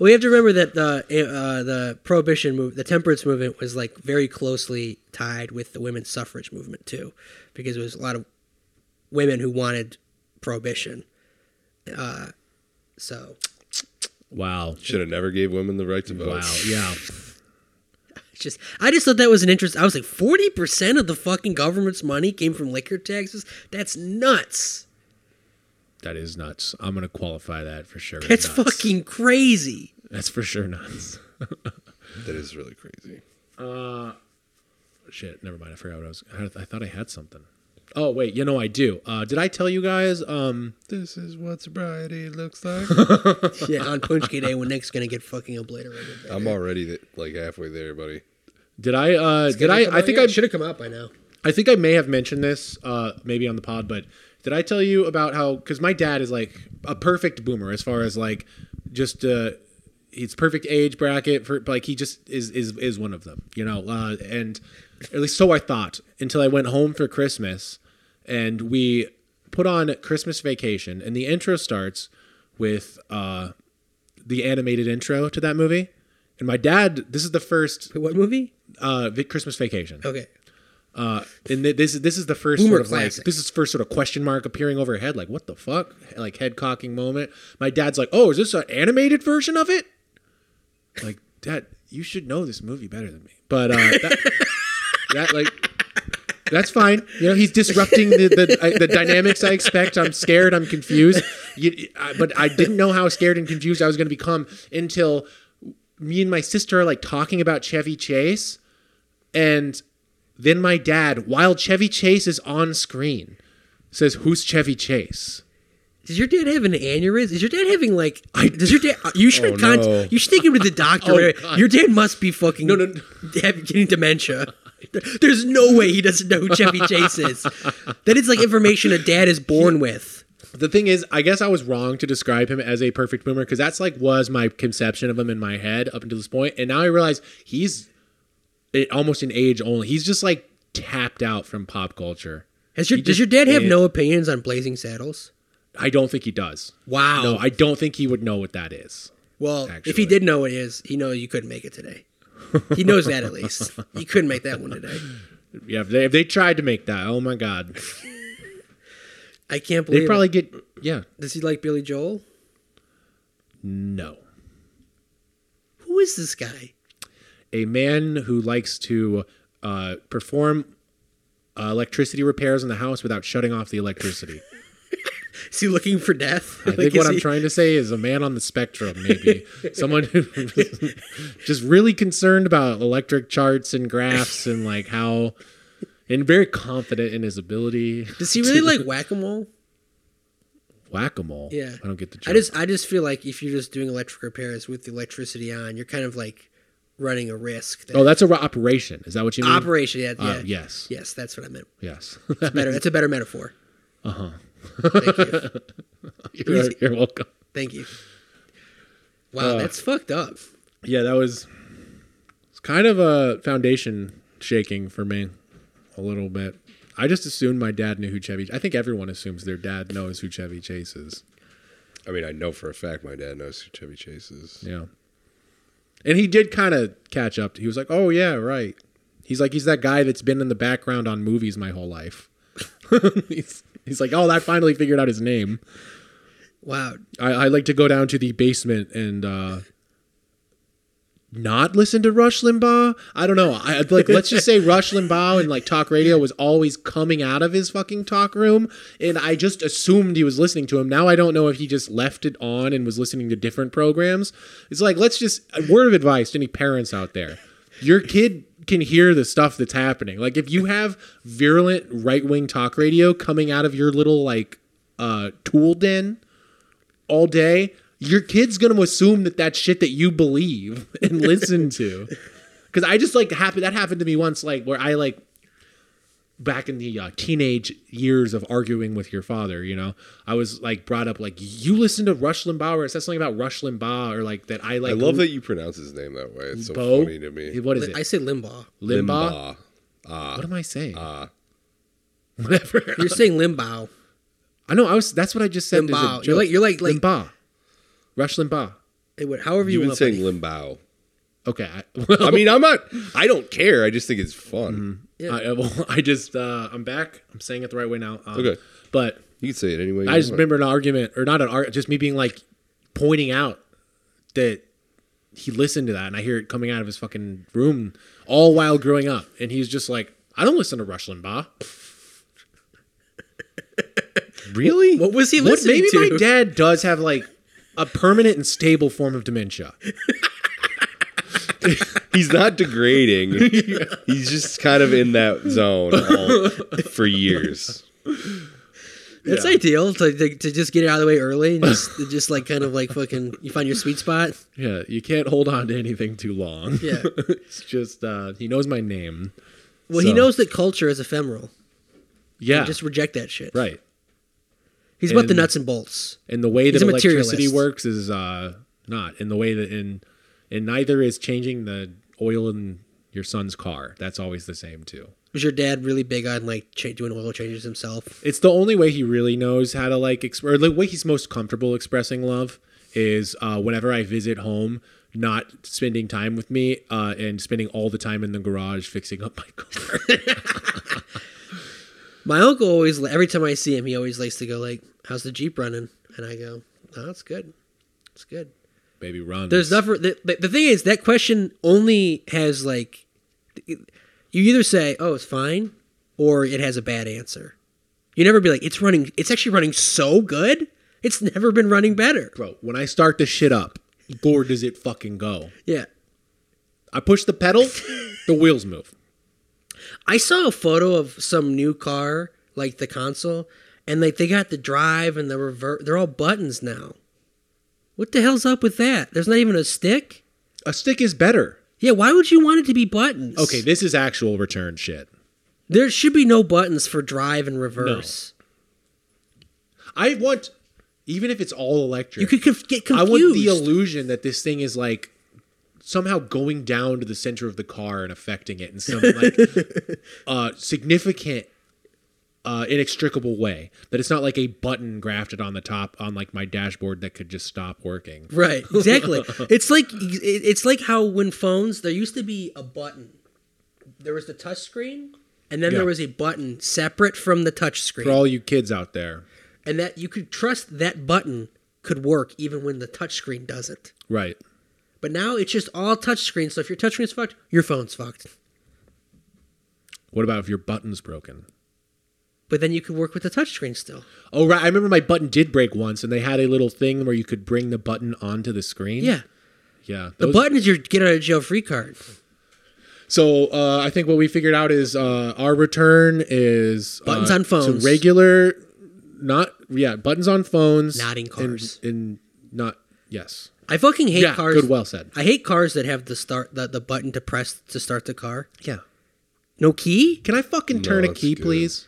Speaker 4: Well, you have to remember that the uh, the prohibition move, the temperance movement, was like very closely tied with the women's suffrage movement too, because it was a lot of women who wanted prohibition. Uh, so
Speaker 2: Wow.
Speaker 3: Should have never gave women the right to vote.
Speaker 2: Wow. Yeah.
Speaker 4: it's just I just thought that was an interest. I was like, forty percent of the fucking government's money came from liquor taxes. That's nuts.
Speaker 2: That is nuts. I'm gonna qualify that for sure. as
Speaker 4: That's
Speaker 2: nuts.
Speaker 4: fucking crazy.
Speaker 2: That's for sure nuts.
Speaker 3: That is really crazy.
Speaker 2: Shit. Never mind. I forgot what I was. I, I thought I had something. Oh wait. You know I do. Uh, did I tell you guys? Um,
Speaker 3: This is what sobriety looks like.
Speaker 4: Yeah, on Punchki Day when Nick's gonna get fucking obliterated.
Speaker 3: I'm already th- like halfway there, buddy.
Speaker 2: did I? Uh, did I? I think I
Speaker 4: should have come out by now.
Speaker 2: I think I may have mentioned this uh, maybe on the pod, but did I tell you about how? Because my dad is like a perfect boomer as far as like just uh, his perfect age bracket for like he just is is is one of them, you know. Uh, and at least so I thought until I went home for Christmas, and we put on Christmas Vacation, and the intro starts with uh, the animated intro to that movie. And my dad, this is the first
Speaker 4: Wait, what movie?
Speaker 2: uh, vi- Christmas Vacation.
Speaker 4: Okay.
Speaker 2: Uh, and th- this is this is the first
Speaker 4: Boomer
Speaker 2: sort of
Speaker 4: classic.
Speaker 2: like this is first sort of question mark appearing over her head, like what the fuck, like head cocking moment. My dad's like, "Oh, is this an animated version of it?" Like, Dad, you should know this movie better than me. But uh, that, that like. That's fine. You know, he's disrupting the the, I, the dynamics I expect. I'm scared. I'm confused. You, I, but I didn't know how scared and confused I was going to become until me and my sister are like talking about Chevy Chase, and then my dad, while Chevy Chase is on screen, says, "Who's Chevy Chase?"
Speaker 4: Does your dad have an aneurysm? Is your dad having like?
Speaker 2: I-
Speaker 4: does your dad? You should
Speaker 3: Oh,
Speaker 4: con-
Speaker 3: no.
Speaker 4: You should take him to the doctor.
Speaker 2: Oh, God.
Speaker 4: your dad must be fucking no,
Speaker 2: no, no.
Speaker 4: getting dementia. There- There's no way he doesn't know who Chevy Chase is. That is like information a dad is born with.
Speaker 2: The thing is, I guess I was wrong to describe him as a perfect boomer because that's like was my conception of him in my head up until this point, and now I realize he's it, almost an age only. He's just like tapped out from pop culture.
Speaker 4: Has your,
Speaker 2: He just
Speaker 4: does your dad have
Speaker 2: is.
Speaker 4: no opinions on Blazing Saddles?
Speaker 2: I don't think he does.
Speaker 4: Wow.
Speaker 2: No, I don't think he would know what that is.
Speaker 4: well, if
Speaker 2: actually.
Speaker 4: he did know what it is, he knows you couldn't make it today. He knows that at least. You couldn't make that one today.
Speaker 2: Yeah, if they, if they tried to make that, oh my god,
Speaker 4: I can't believe.
Speaker 2: they'd
Speaker 4: it.
Speaker 2: probably get yeah.
Speaker 4: Does he like Billy Joel?
Speaker 2: No,
Speaker 4: Who is this guy?
Speaker 2: a man who likes to uh, perform uh, electricity repairs in the house without shutting off the electricity.
Speaker 4: Is he looking for death?
Speaker 2: I think what I'm trying to say is a man on the spectrum, maybe someone who just really concerned about electric charts and graphs and like how, and very confident in his ability.
Speaker 4: Does he really like whack a mole?
Speaker 2: Whack a mole.
Speaker 4: Yeah.
Speaker 2: I don't get the joke.
Speaker 4: I just I just feel like if you're just doing electric repairs with the electricity on, you're kind of like running a risk. That
Speaker 2: oh, that's a ro- operation. Is that what you mean?
Speaker 4: operation. Yeah,
Speaker 2: Uh,
Speaker 4: yeah.
Speaker 2: yes.
Speaker 4: Yes, that's what I meant.
Speaker 2: Yes.
Speaker 4: Better. That's a better metaphor.
Speaker 2: Uh-huh.
Speaker 4: Uh huh. Thank you.
Speaker 2: you're, you're welcome.
Speaker 4: Thank you.
Speaker 2: Uh,
Speaker 4: Wow, that's fucked up.
Speaker 2: Yeah, that was it's kind of a foundation shaking for me a little bit. I just assumed my dad knew who Chevy. I think everyone assumes their dad knows who Chevy Chase is.
Speaker 3: I mean, I know for a fact my dad knows who Chevy Chase is.
Speaker 2: Yeah. And he did kind of catch up. He was like, "Oh yeah, right." He's like, he's that guy that's been in the background on movies my whole life. he's, he's like, "Oh, I finally figured out his name."
Speaker 4: Wow.
Speaker 2: I, I like to go down to the basement and uh, not listen to Rush Limbaugh. I don't know. I like let's just say Rush Limbaugh and like talk radio was always coming out of his fucking talk room, and I just assumed he was listening to him. Now I don't know if he just left it on and was listening to different programs. It's like let's just a word of advice to any parents out there. your kid can hear the stuff that's happening. Like if you have virulent right wing talk radio coming out of your little like uh, tool den all day, your kid's gonna assume that that shit that you believe and listen to. Because I just like happened that happened to me once, like where I like back in the uh, teenage years of arguing with your father, you know, I was like brought up like you listen to Rush Limbaugh or it says something about Rush Limbaugh or like that I like.
Speaker 3: I love that you pronounce his name that way. It's so
Speaker 2: Bo.
Speaker 3: funny to me.
Speaker 2: What is it?
Speaker 4: I say Limbaugh. Uh,
Speaker 2: Limbaugh. What am I saying? Whatever.
Speaker 4: You're saying Limbaugh.
Speaker 2: I know. I was. That's what I just said. as a
Speaker 4: Limbaugh. You're
Speaker 2: joke.
Speaker 4: like- you're like- like-
Speaker 2: Limbaugh. Rush Limbaugh.
Speaker 4: It would, however you
Speaker 3: You've been
Speaker 4: want
Speaker 3: saying
Speaker 4: to.
Speaker 3: Limbaugh.
Speaker 2: Okay. I, well,
Speaker 3: I mean, I'm not. I don't care. I just think it's fun.
Speaker 4: Yeah.
Speaker 2: I, well, I just. Uh, I'm back. I'm saying it the right way now. Um,
Speaker 3: Okay.
Speaker 2: But
Speaker 3: You can say it anyway.
Speaker 2: I just remember an argument, or not an argument, just me being like pointing out that he listened to that, and I hear it coming out of his fucking room all while growing up, and he's just like, "I don't listen to Rush Limbaugh."
Speaker 3: really.
Speaker 4: What was he
Speaker 2: What,
Speaker 4: listening
Speaker 2: maybe
Speaker 4: to?
Speaker 2: my dad does have like a permanent and stable form of dementia.
Speaker 3: He's not degrading. He's just kind of in that zone all, for years.
Speaker 4: It's ideal to, to, to just get it out of the way early and just, to just like kind of like fucking you find your sweet spot.
Speaker 2: Yeah, you can't hold on to anything too long.
Speaker 4: Yeah.
Speaker 2: it's just uh, he knows my name.
Speaker 4: Well,
Speaker 2: So-
Speaker 4: he knows that culture is ephemeral.
Speaker 2: Yeah,
Speaker 4: Just reject that shit.
Speaker 2: right.
Speaker 4: He's about the
Speaker 2: And-
Speaker 4: nuts and bolts.
Speaker 2: And the way that
Speaker 4: He's a
Speaker 2: electricity
Speaker 4: materialist.
Speaker 2: works is uh, not, and the way that in and neither is changing the oil in your son's car. That's always the same too.
Speaker 4: Was your dad really big on like cha- doing oil changes himself?
Speaker 2: It's the only way he really knows how to like exp- or the way he's most comfortable expressing love is uh, whenever I visit home, not spending time with me uh, and spending all the time in the garage fixing up my car.
Speaker 4: My uncle always, every time I see him, he always likes to go like, "How's the Jeep running?" And I go, "No, it's good. It's good."
Speaker 2: Baby, run.
Speaker 4: There's never the, the, the thing is that question only has like you either say, "Oh, it's fine," or it has a bad answer. You never be like, "It's running. It's actually running so good. It's never been running better."
Speaker 2: bro. When I start this shit up, Lord, does it fucking go?
Speaker 4: Yeah.
Speaker 2: I push the pedal, the wheels move.
Speaker 4: I saw a photo of some new car, like the console, and like they got the drive and the revert. They're all buttons now. What the hell's up with that? There's not even a stick.
Speaker 2: A stick is better.
Speaker 4: Yeah, why would you want it to be buttons?
Speaker 2: Okay, this is actual return shit.
Speaker 4: there should be no buttons for drive and reverse.
Speaker 2: I want, even if it's all electric,
Speaker 4: You could conf- get
Speaker 2: I
Speaker 4: confused.
Speaker 2: want the illusion that this thing is like somehow going down to the center of the car and affecting it in some like uh, significant, uh, inextricable way. That it's not like a button grafted on the top on like my dashboard that could just stop working.
Speaker 4: Right, exactly. it's like it- it's like how when phones there used to be a button. There was the touch screen, and then
Speaker 2: Yeah.
Speaker 4: there was a button separate from the touch screen,
Speaker 2: For all you kids out there,
Speaker 4: and that you could trust that button could work even when the touch screen doesn't.
Speaker 2: right?
Speaker 4: But now it's just all touch screen. So if your touch screen's fucked, your phone's fucked.
Speaker 2: What about if your button's broken?
Speaker 4: But then you can work with the touch screen still.
Speaker 2: Oh right, I remember my button did break once, and they had a little thing where you could bring the button onto the screen.
Speaker 4: Yeah,
Speaker 2: yeah.
Speaker 4: the
Speaker 2: those-
Speaker 4: button is your get out of jail free card.
Speaker 2: So uh, I think what we figured out is uh, our return is uh,
Speaker 4: Buttons on
Speaker 2: to
Speaker 4: phones.
Speaker 2: regular, not yeah, buttons on phones,
Speaker 4: Not in
Speaker 2: and-
Speaker 4: cars.
Speaker 2: and, not yes.
Speaker 4: I fucking hate
Speaker 2: yeah,
Speaker 4: cars.
Speaker 2: good. Well said.
Speaker 4: I hate cars that have the start the, the button to press to start the car.
Speaker 2: Yeah.
Speaker 4: No key?
Speaker 2: Can I fucking turn a
Speaker 3: that's
Speaker 2: key,
Speaker 3: good.
Speaker 2: please?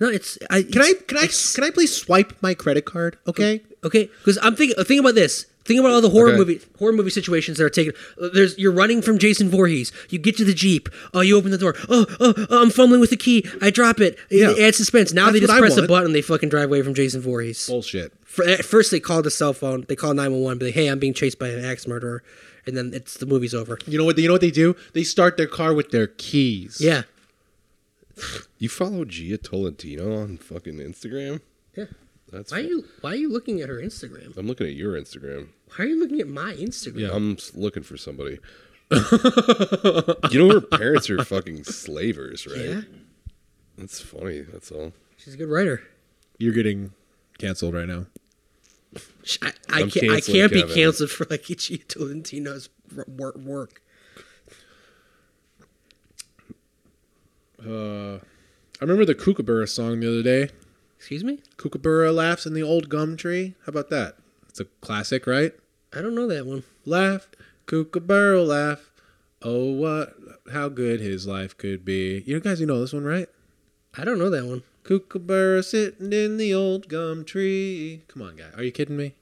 Speaker 4: No, it's I
Speaker 2: Can I can I can I please swipe my credit card? Okay.
Speaker 4: Mm. Okay, because I'm thinking. Think about this. Think about all the horror
Speaker 3: Okay.
Speaker 4: movie horror movie situations that are taken. Uh, There's you're running from Jason Voorhees. You get to the jeep. Oh, you open the door. Oh, oh, oh I'm fumbling with the key. I drop it.
Speaker 2: Yeah.
Speaker 4: It adds suspense. Now they
Speaker 2: That's
Speaker 4: just
Speaker 2: what I
Speaker 4: press a
Speaker 2: want.
Speaker 4: button. They fucking drive away from Jason Voorhees.
Speaker 2: Bullshit.
Speaker 4: For, at first, they call the cell phone. They call nine one one. But like, hey, I'm being chased by an axe murderer. And then it's the movie's over.
Speaker 2: You know what? You know what they do? They start their car with their keys.
Speaker 4: Yeah.
Speaker 3: You follow Gia Tolentino on fucking Instagram?
Speaker 4: Yeah.
Speaker 3: That's
Speaker 4: Why are you Why are you looking at her Instagram?
Speaker 3: I'm looking at your Instagram.
Speaker 4: Why are you looking at my Instagram?
Speaker 2: Yeah.
Speaker 3: I'm s- looking for somebody. you know her parents are fucking slavers, right?
Speaker 4: Yeah.
Speaker 3: That's funny. That's all.
Speaker 4: She's a good writer.
Speaker 2: You're getting canceled right now.
Speaker 4: Sh- I, I
Speaker 3: I'm
Speaker 4: can't, I
Speaker 3: canceling
Speaker 4: can't be
Speaker 3: Kevin.
Speaker 4: canceled for like Ichi Tolentino's wor- work.
Speaker 2: Uh, I remember the Kookaburra song the other day.
Speaker 4: Excuse me?
Speaker 2: Kookaburra laughs in the old gum tree. How about that? It's a classic, right?
Speaker 4: I don't know that one.
Speaker 2: Laugh, Kookaburra laugh. Oh, what? How good his life could be. You guys, you know this one, right?
Speaker 4: I don't know that one.
Speaker 2: Kookaburra sitting in the old gum tree. Come on, guy. Are you kidding me?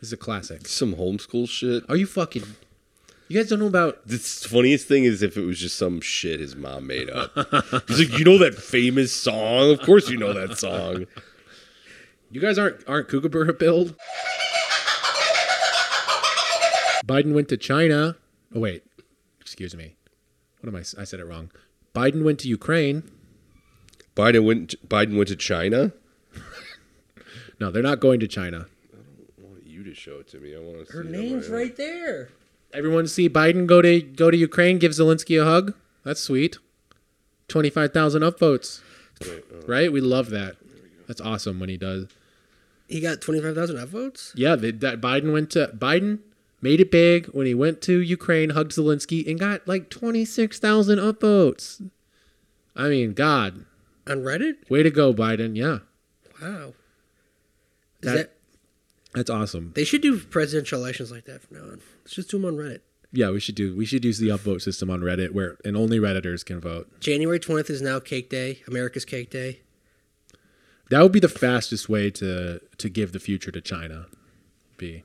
Speaker 2: This is a classic.
Speaker 3: Some homeschool shit.
Speaker 2: Are you fucking? You guys don't know about
Speaker 3: The funniest thing is if it was just some shit his mom made up. He's like, you know that famous song? Of course you know that song.
Speaker 2: You guys aren't aren't Kookaburra billed. Biden went to China. Oh wait, excuse me. What am I? s- I said it wrong. Biden went to Ukraine.
Speaker 3: Biden went. Biden went to China.
Speaker 2: No, they're not going to China.
Speaker 3: I want you to show it to me. I want to.
Speaker 4: Her name's right there.
Speaker 2: Everyone see Biden go to go to Ukraine, give Zelensky a hug. That's sweet. Twenty five thousand upvotes. Right? We love that. That's awesome when he does.
Speaker 4: He got 25,000 upvotes?
Speaker 2: Yeah, they, that Biden went to Biden made it big when he went to Ukraine, hugged Zelensky, and got like twenty six thousand upvotes. I mean, God,
Speaker 4: On Reddit?
Speaker 2: way to go, Biden! Yeah,
Speaker 4: Wow. Is
Speaker 2: That-
Speaker 4: that,
Speaker 2: that's awesome.
Speaker 4: they should do presidential elections like that from now on. Let's just do them on Reddit.
Speaker 2: Yeah, we should do we should use the upvote system on Reddit, where and only redditors can vote.
Speaker 4: January 20th is now Cake Day, America's Cake Day.
Speaker 2: That would be the fastest way to to give the future to China. Be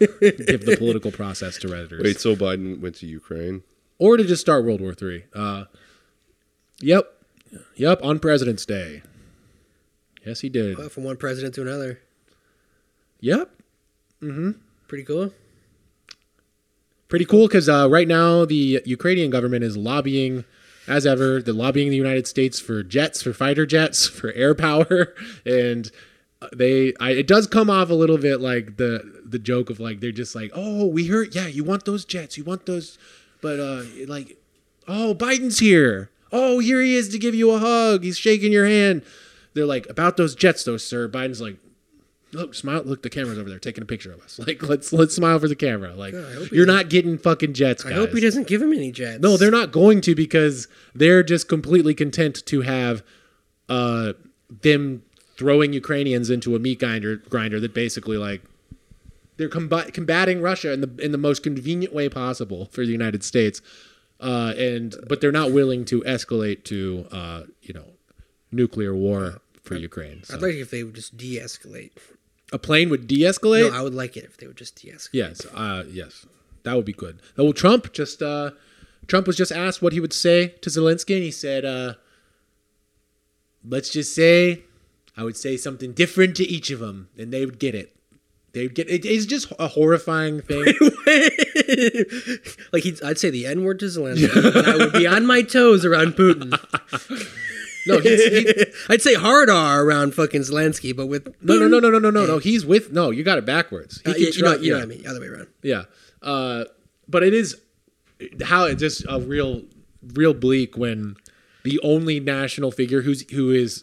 Speaker 2: give the political process to redditors.
Speaker 3: Wait, so Biden went to Ukraine?
Speaker 2: or to just start World War Three. Uh, yep, yep, on President's Day. Yes, he did.
Speaker 4: Well, from one president to another.
Speaker 2: Yep,
Speaker 4: Pretty cool.
Speaker 2: pretty cool because uh, right now the Ukrainian government is lobbying, as ever, they're lobbying the United States for jets, for fighter jets, for air power, and uh, they. I, it does come off a little bit like the the joke of like they're just like, oh, we heard, yeah, you want those jets, you want those, but uh, like, oh, Biden's here. Oh, here he is to give you a hug. He's shaking your hand. They're like about those jets, though, sir. Biden's like, look, smile. Look, the camera's over there taking a picture of us. Like, let's let's smile for the camera. Like,
Speaker 4: I hope he
Speaker 2: you're not getting fucking jets, guys.
Speaker 4: I hope he doesn't give him any jets.
Speaker 2: No, they're not going to because they're just completely content to have uh, them throwing Ukrainians into a meat grinder grinder that basically like they're combat- combating Russia in the in the most convenient way possible for the United States, uh, and but they're not willing to escalate to uh, you know nuclear war for Ukraine. So
Speaker 4: I'd like it if they would just de escalate.
Speaker 2: a plane would de-escalate.
Speaker 4: No, I would like it if they would just de escalate.
Speaker 2: Yes, uh, yes, that would be good. Oh, Well, Trump just uh, Trump was just asked what he would say to Zelensky, and he said, uh, "Let's just say, I would say something different to each of them, and they would get it. They would get it. It's just a horrifying thing.
Speaker 4: like he'd, I'd say the N word to Zelensky, and I would be on my toes around Putin.
Speaker 2: No, he's, he,
Speaker 4: I'd say hard R around fucking Zelensky, but with
Speaker 2: no, no, no, no, no, no, no, no. He's with no. You got it backwards. He
Speaker 4: Uh,
Speaker 2: can
Speaker 4: yeah, you know,
Speaker 2: try-
Speaker 4: you know
Speaker 2: yeah.
Speaker 4: what I mean. Other way around.
Speaker 2: Yeah. Uh, but it is how it's just a real, real bleak when the only national figure who's who is,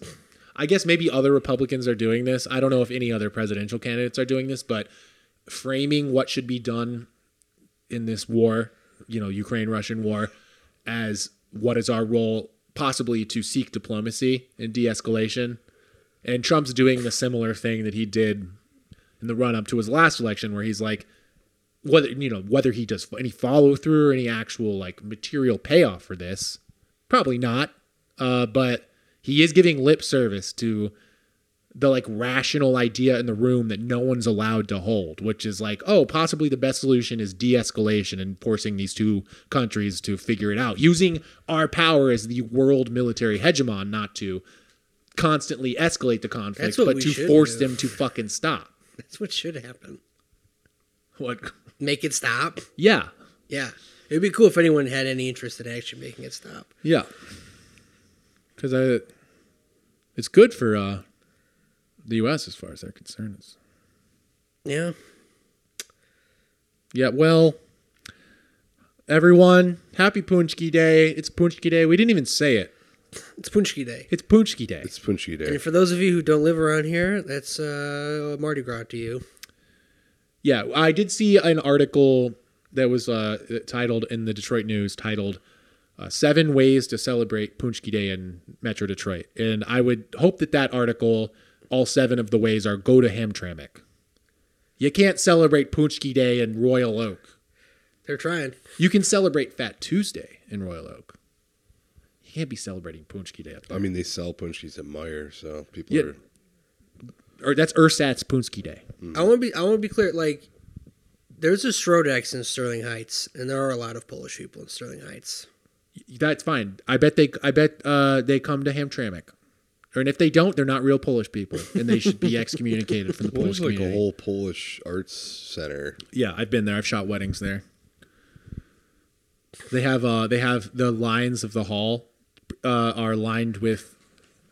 Speaker 2: I guess maybe other Republicans are doing this. I don't know if any other presidential candidates are doing this, but framing what should be done in this war, you know, Ukraine Russian war, as what is our role possibly to seek diplomacy and de escalation. And Trump's doing the similar thing that he did in the run up to his last election, where he's like, whether you know whether he does any follow through or any actual like material payoff for this, probably not. Uh, but he is giving lip service to the like rational idea in the room that no one's allowed to hold, which is like, oh, possibly the best solution is de-escalation and forcing these two countries to figure it out, using our power as the world military hegemon, not to constantly escalate the conflict,
Speaker 4: That's what
Speaker 2: but
Speaker 4: we
Speaker 2: to
Speaker 4: should
Speaker 2: force
Speaker 4: do.
Speaker 2: them to fucking stop.
Speaker 4: That's what should happen.
Speaker 2: What?
Speaker 4: Make it stop.
Speaker 2: Yeah,
Speaker 4: Yeah, it'd be cool if anyone had any interest in actually making it stop.
Speaker 2: Yeah. Because I, it's good for uh, the U.S. as far as they're concerned. It's,
Speaker 4: Yeah,
Speaker 2: yeah. Well, everyone, happy Punchki Day. It's Punchki Day. We didn't even say it.
Speaker 4: it's Punchki Day.
Speaker 2: It's Punchki Day.
Speaker 3: It's punchy there.
Speaker 4: And for those of you who don't live around here, that's uh, Mardi Gras to you.
Speaker 2: Yeah, I did see an article that was uh, titled in the Detroit News titled uh, seven ways to celebrate Punchki Day in Metro Detroit. And I would hope that that article, all seven of the ways are go to Hamtramck. You can't celebrate Punchki Day in Royal Oak.
Speaker 4: They're trying.
Speaker 2: You can celebrate Fat Tuesday in Royal Oak. You can't be celebrating Punchki Day up there.
Speaker 3: I mean, they sell punchies at Meyer, so people
Speaker 2: Yeah.
Speaker 3: are.
Speaker 2: Or that's Ersatz Punchki Day.
Speaker 4: I want to be. I want to be clear. Like, there's a Strodex in Sterling Heights, and there are a lot of Polish people in Sterling Heights.
Speaker 2: That's fine. I bet they I bet uh, they come to Hamtramck. Or, and if they don't, they're not real Polish people, and they should be excommunicated from the
Speaker 3: Well,
Speaker 2: Polish
Speaker 3: there's like a
Speaker 2: community.
Speaker 3: whole Polish arts center.
Speaker 2: Yeah, I've been there. I've shot weddings there. They have uh they have the lines of the hall uh are lined with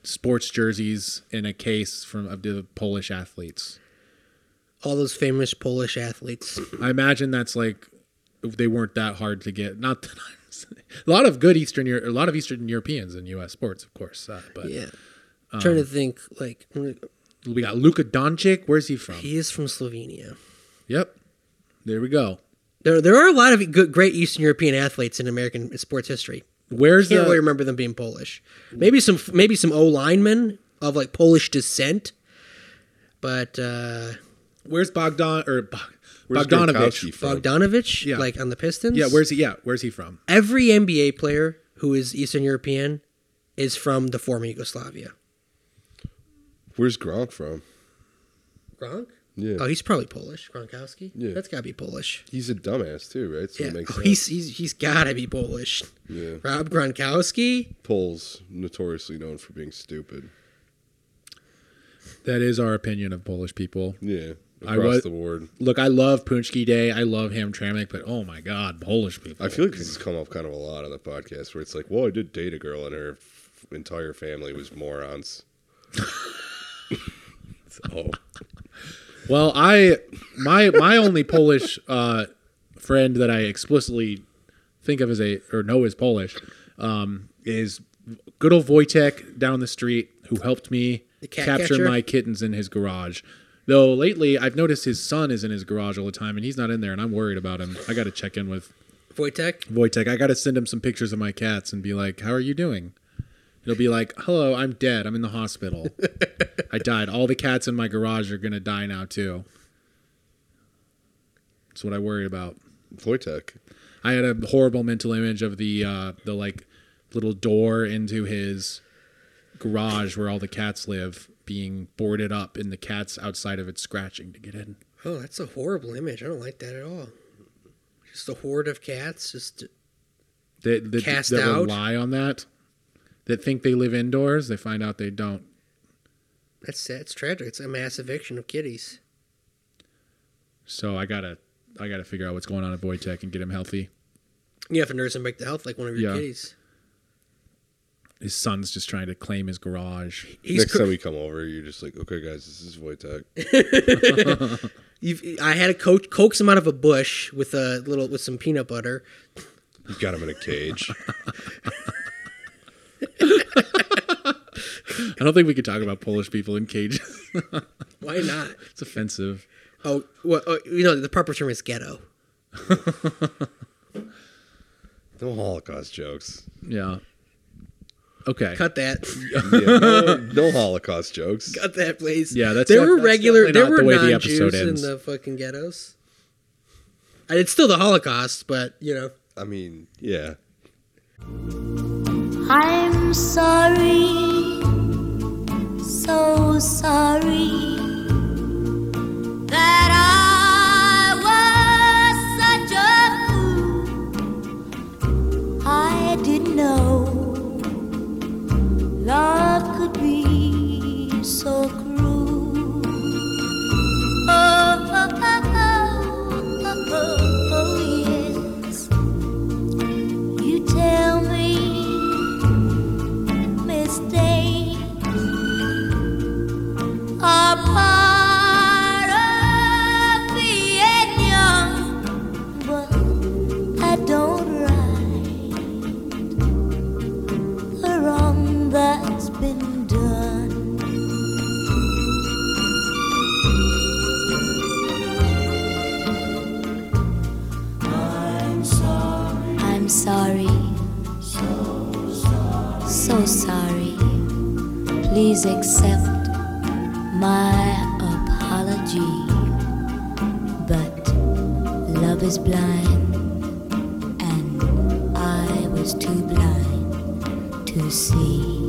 Speaker 2: sports jerseys in a case from of the Polish athletes.
Speaker 4: All those famous Polish athletes.
Speaker 2: I imagine that's like if they weren't that hard to get. Not that I'm saying- a lot of good Eastern Euro- a lot of Eastern Europeans in U.S. sports, of course. Uh, but
Speaker 4: Yeah.
Speaker 2: Um,
Speaker 4: I'm trying to think. Like, I'm gonna-
Speaker 2: we got Luka Doncic. Where's he from?
Speaker 4: he is from Slovenia.
Speaker 2: yep, there we go.
Speaker 4: There, there are a lot of good, great Eastern European athletes in American sports history.
Speaker 2: Where's
Speaker 4: Can't
Speaker 2: the
Speaker 4: really remember them being Polish. Maybe some, maybe some O linemen of like Polish descent, but uh,
Speaker 2: Where's Bogdan or Bog,
Speaker 3: Where's
Speaker 2: Bogdanovich?
Speaker 3: Gronkowski from?
Speaker 4: Bogdanovich,
Speaker 2: Yeah.
Speaker 4: like on the Pistons.
Speaker 2: Yeah, where's he? Yeah, where's he from?
Speaker 4: every NBA player who is Eastern European is from the former Yugoslavia.
Speaker 3: Where's Gronk from?
Speaker 4: Gronk?
Speaker 3: Yeah.
Speaker 4: Oh, he's probably Polish. Gronkowski?
Speaker 3: Yeah.
Speaker 4: That's got to be Polish.
Speaker 3: He's a dumbass too, right? So
Speaker 4: Yeah.
Speaker 3: it makes
Speaker 4: Oh,
Speaker 3: sense.
Speaker 4: he's he's, he's got to be Polish.
Speaker 3: Yeah.
Speaker 4: Rob Gronkowski?
Speaker 3: Poles notoriously known for being stupid.
Speaker 2: That is our opinion of Polish people.
Speaker 3: Yeah,
Speaker 2: I
Speaker 3: across
Speaker 2: was-
Speaker 3: the board.
Speaker 2: Look, I love Punchki Day. I love Hamtramck, but oh my god, Polish people.
Speaker 3: I feel like this has come up kind of a lot on the podcast, where it's like, "Well, I did date a girl, and her f- entire family was morons." so
Speaker 2: Well, I my my only Polish uh, friend that I explicitly think of as a or know is Polish um, is good old Wojtek down the street who helped me
Speaker 4: The cat
Speaker 2: capture
Speaker 4: catcher?
Speaker 2: my kittens in his garage. Though lately I've noticed his son is in his garage all the time and he's not in there and I'm worried about him. I got to check in with
Speaker 4: Wojtek?
Speaker 2: Wojtek, I got to send him some pictures of my cats and be like, "How are you doing?" It'll be like, "Hello, I'm dead. I'm in the hospital. I died. All the cats in my garage are gonna die now too." That's what I worry about.
Speaker 3: Wojtek,
Speaker 2: I had a horrible mental image of the uh, the like little door into his garage where all the cats live being boarded up, and the cats outside of it scratching to get in.
Speaker 4: Oh, that's a horrible image. I don't like that at all. Just a horde of cats. Just
Speaker 2: That that,
Speaker 4: Cast
Speaker 2: that
Speaker 4: out?
Speaker 2: rely on that. That think they live indoors, they find out they don't.
Speaker 4: that's sad. It's tragic. It's a mass eviction of kitties.
Speaker 2: So I gotta I gotta figure out what's going on at Voitech and get him healthy.
Speaker 4: You have to nurse them back to health like one of your
Speaker 2: Yeah.
Speaker 4: kitties.
Speaker 2: His son's just trying to claim his garage.
Speaker 4: He's
Speaker 3: next
Speaker 4: cr-
Speaker 3: time we come over, you're just like, "Okay, guys, this is Wojtek."
Speaker 4: You've, I had to co- coax him out of a bush with a little with some peanut butter.
Speaker 3: You got him in a cage.
Speaker 2: I don't think we could talk about Polish people in cages.
Speaker 4: Why not?
Speaker 2: it's offensive.
Speaker 4: Oh, well, oh, you know the proper term is ghetto.
Speaker 3: no Holocaust jokes.
Speaker 2: Yeah. Okay.
Speaker 4: Cut that.
Speaker 3: Yeah, no, no Holocaust jokes.
Speaker 4: Cut that, please.
Speaker 2: Yeah, that's-
Speaker 4: there
Speaker 2: that-
Speaker 4: were
Speaker 2: that's
Speaker 4: regular.
Speaker 2: definitely not
Speaker 4: There were
Speaker 2: the way the
Speaker 4: non-Jews
Speaker 2: episode
Speaker 4: in
Speaker 2: ends.
Speaker 4: the fucking ghettos. And it's still the Holocaust, but you know.
Speaker 3: I mean, yeah.
Speaker 5: I'm sorry, so sorry that I was such a fool. I didn't know love could be so cruel. Oh, oh, oh, oh, oh, oh, oh yes. You tell me mistakes are part of being young, but I don't right the wrong that's been done. I'm sorry. I'm sorry. so sorry. Please accept my apology. But love is blind, and I was too blind to see.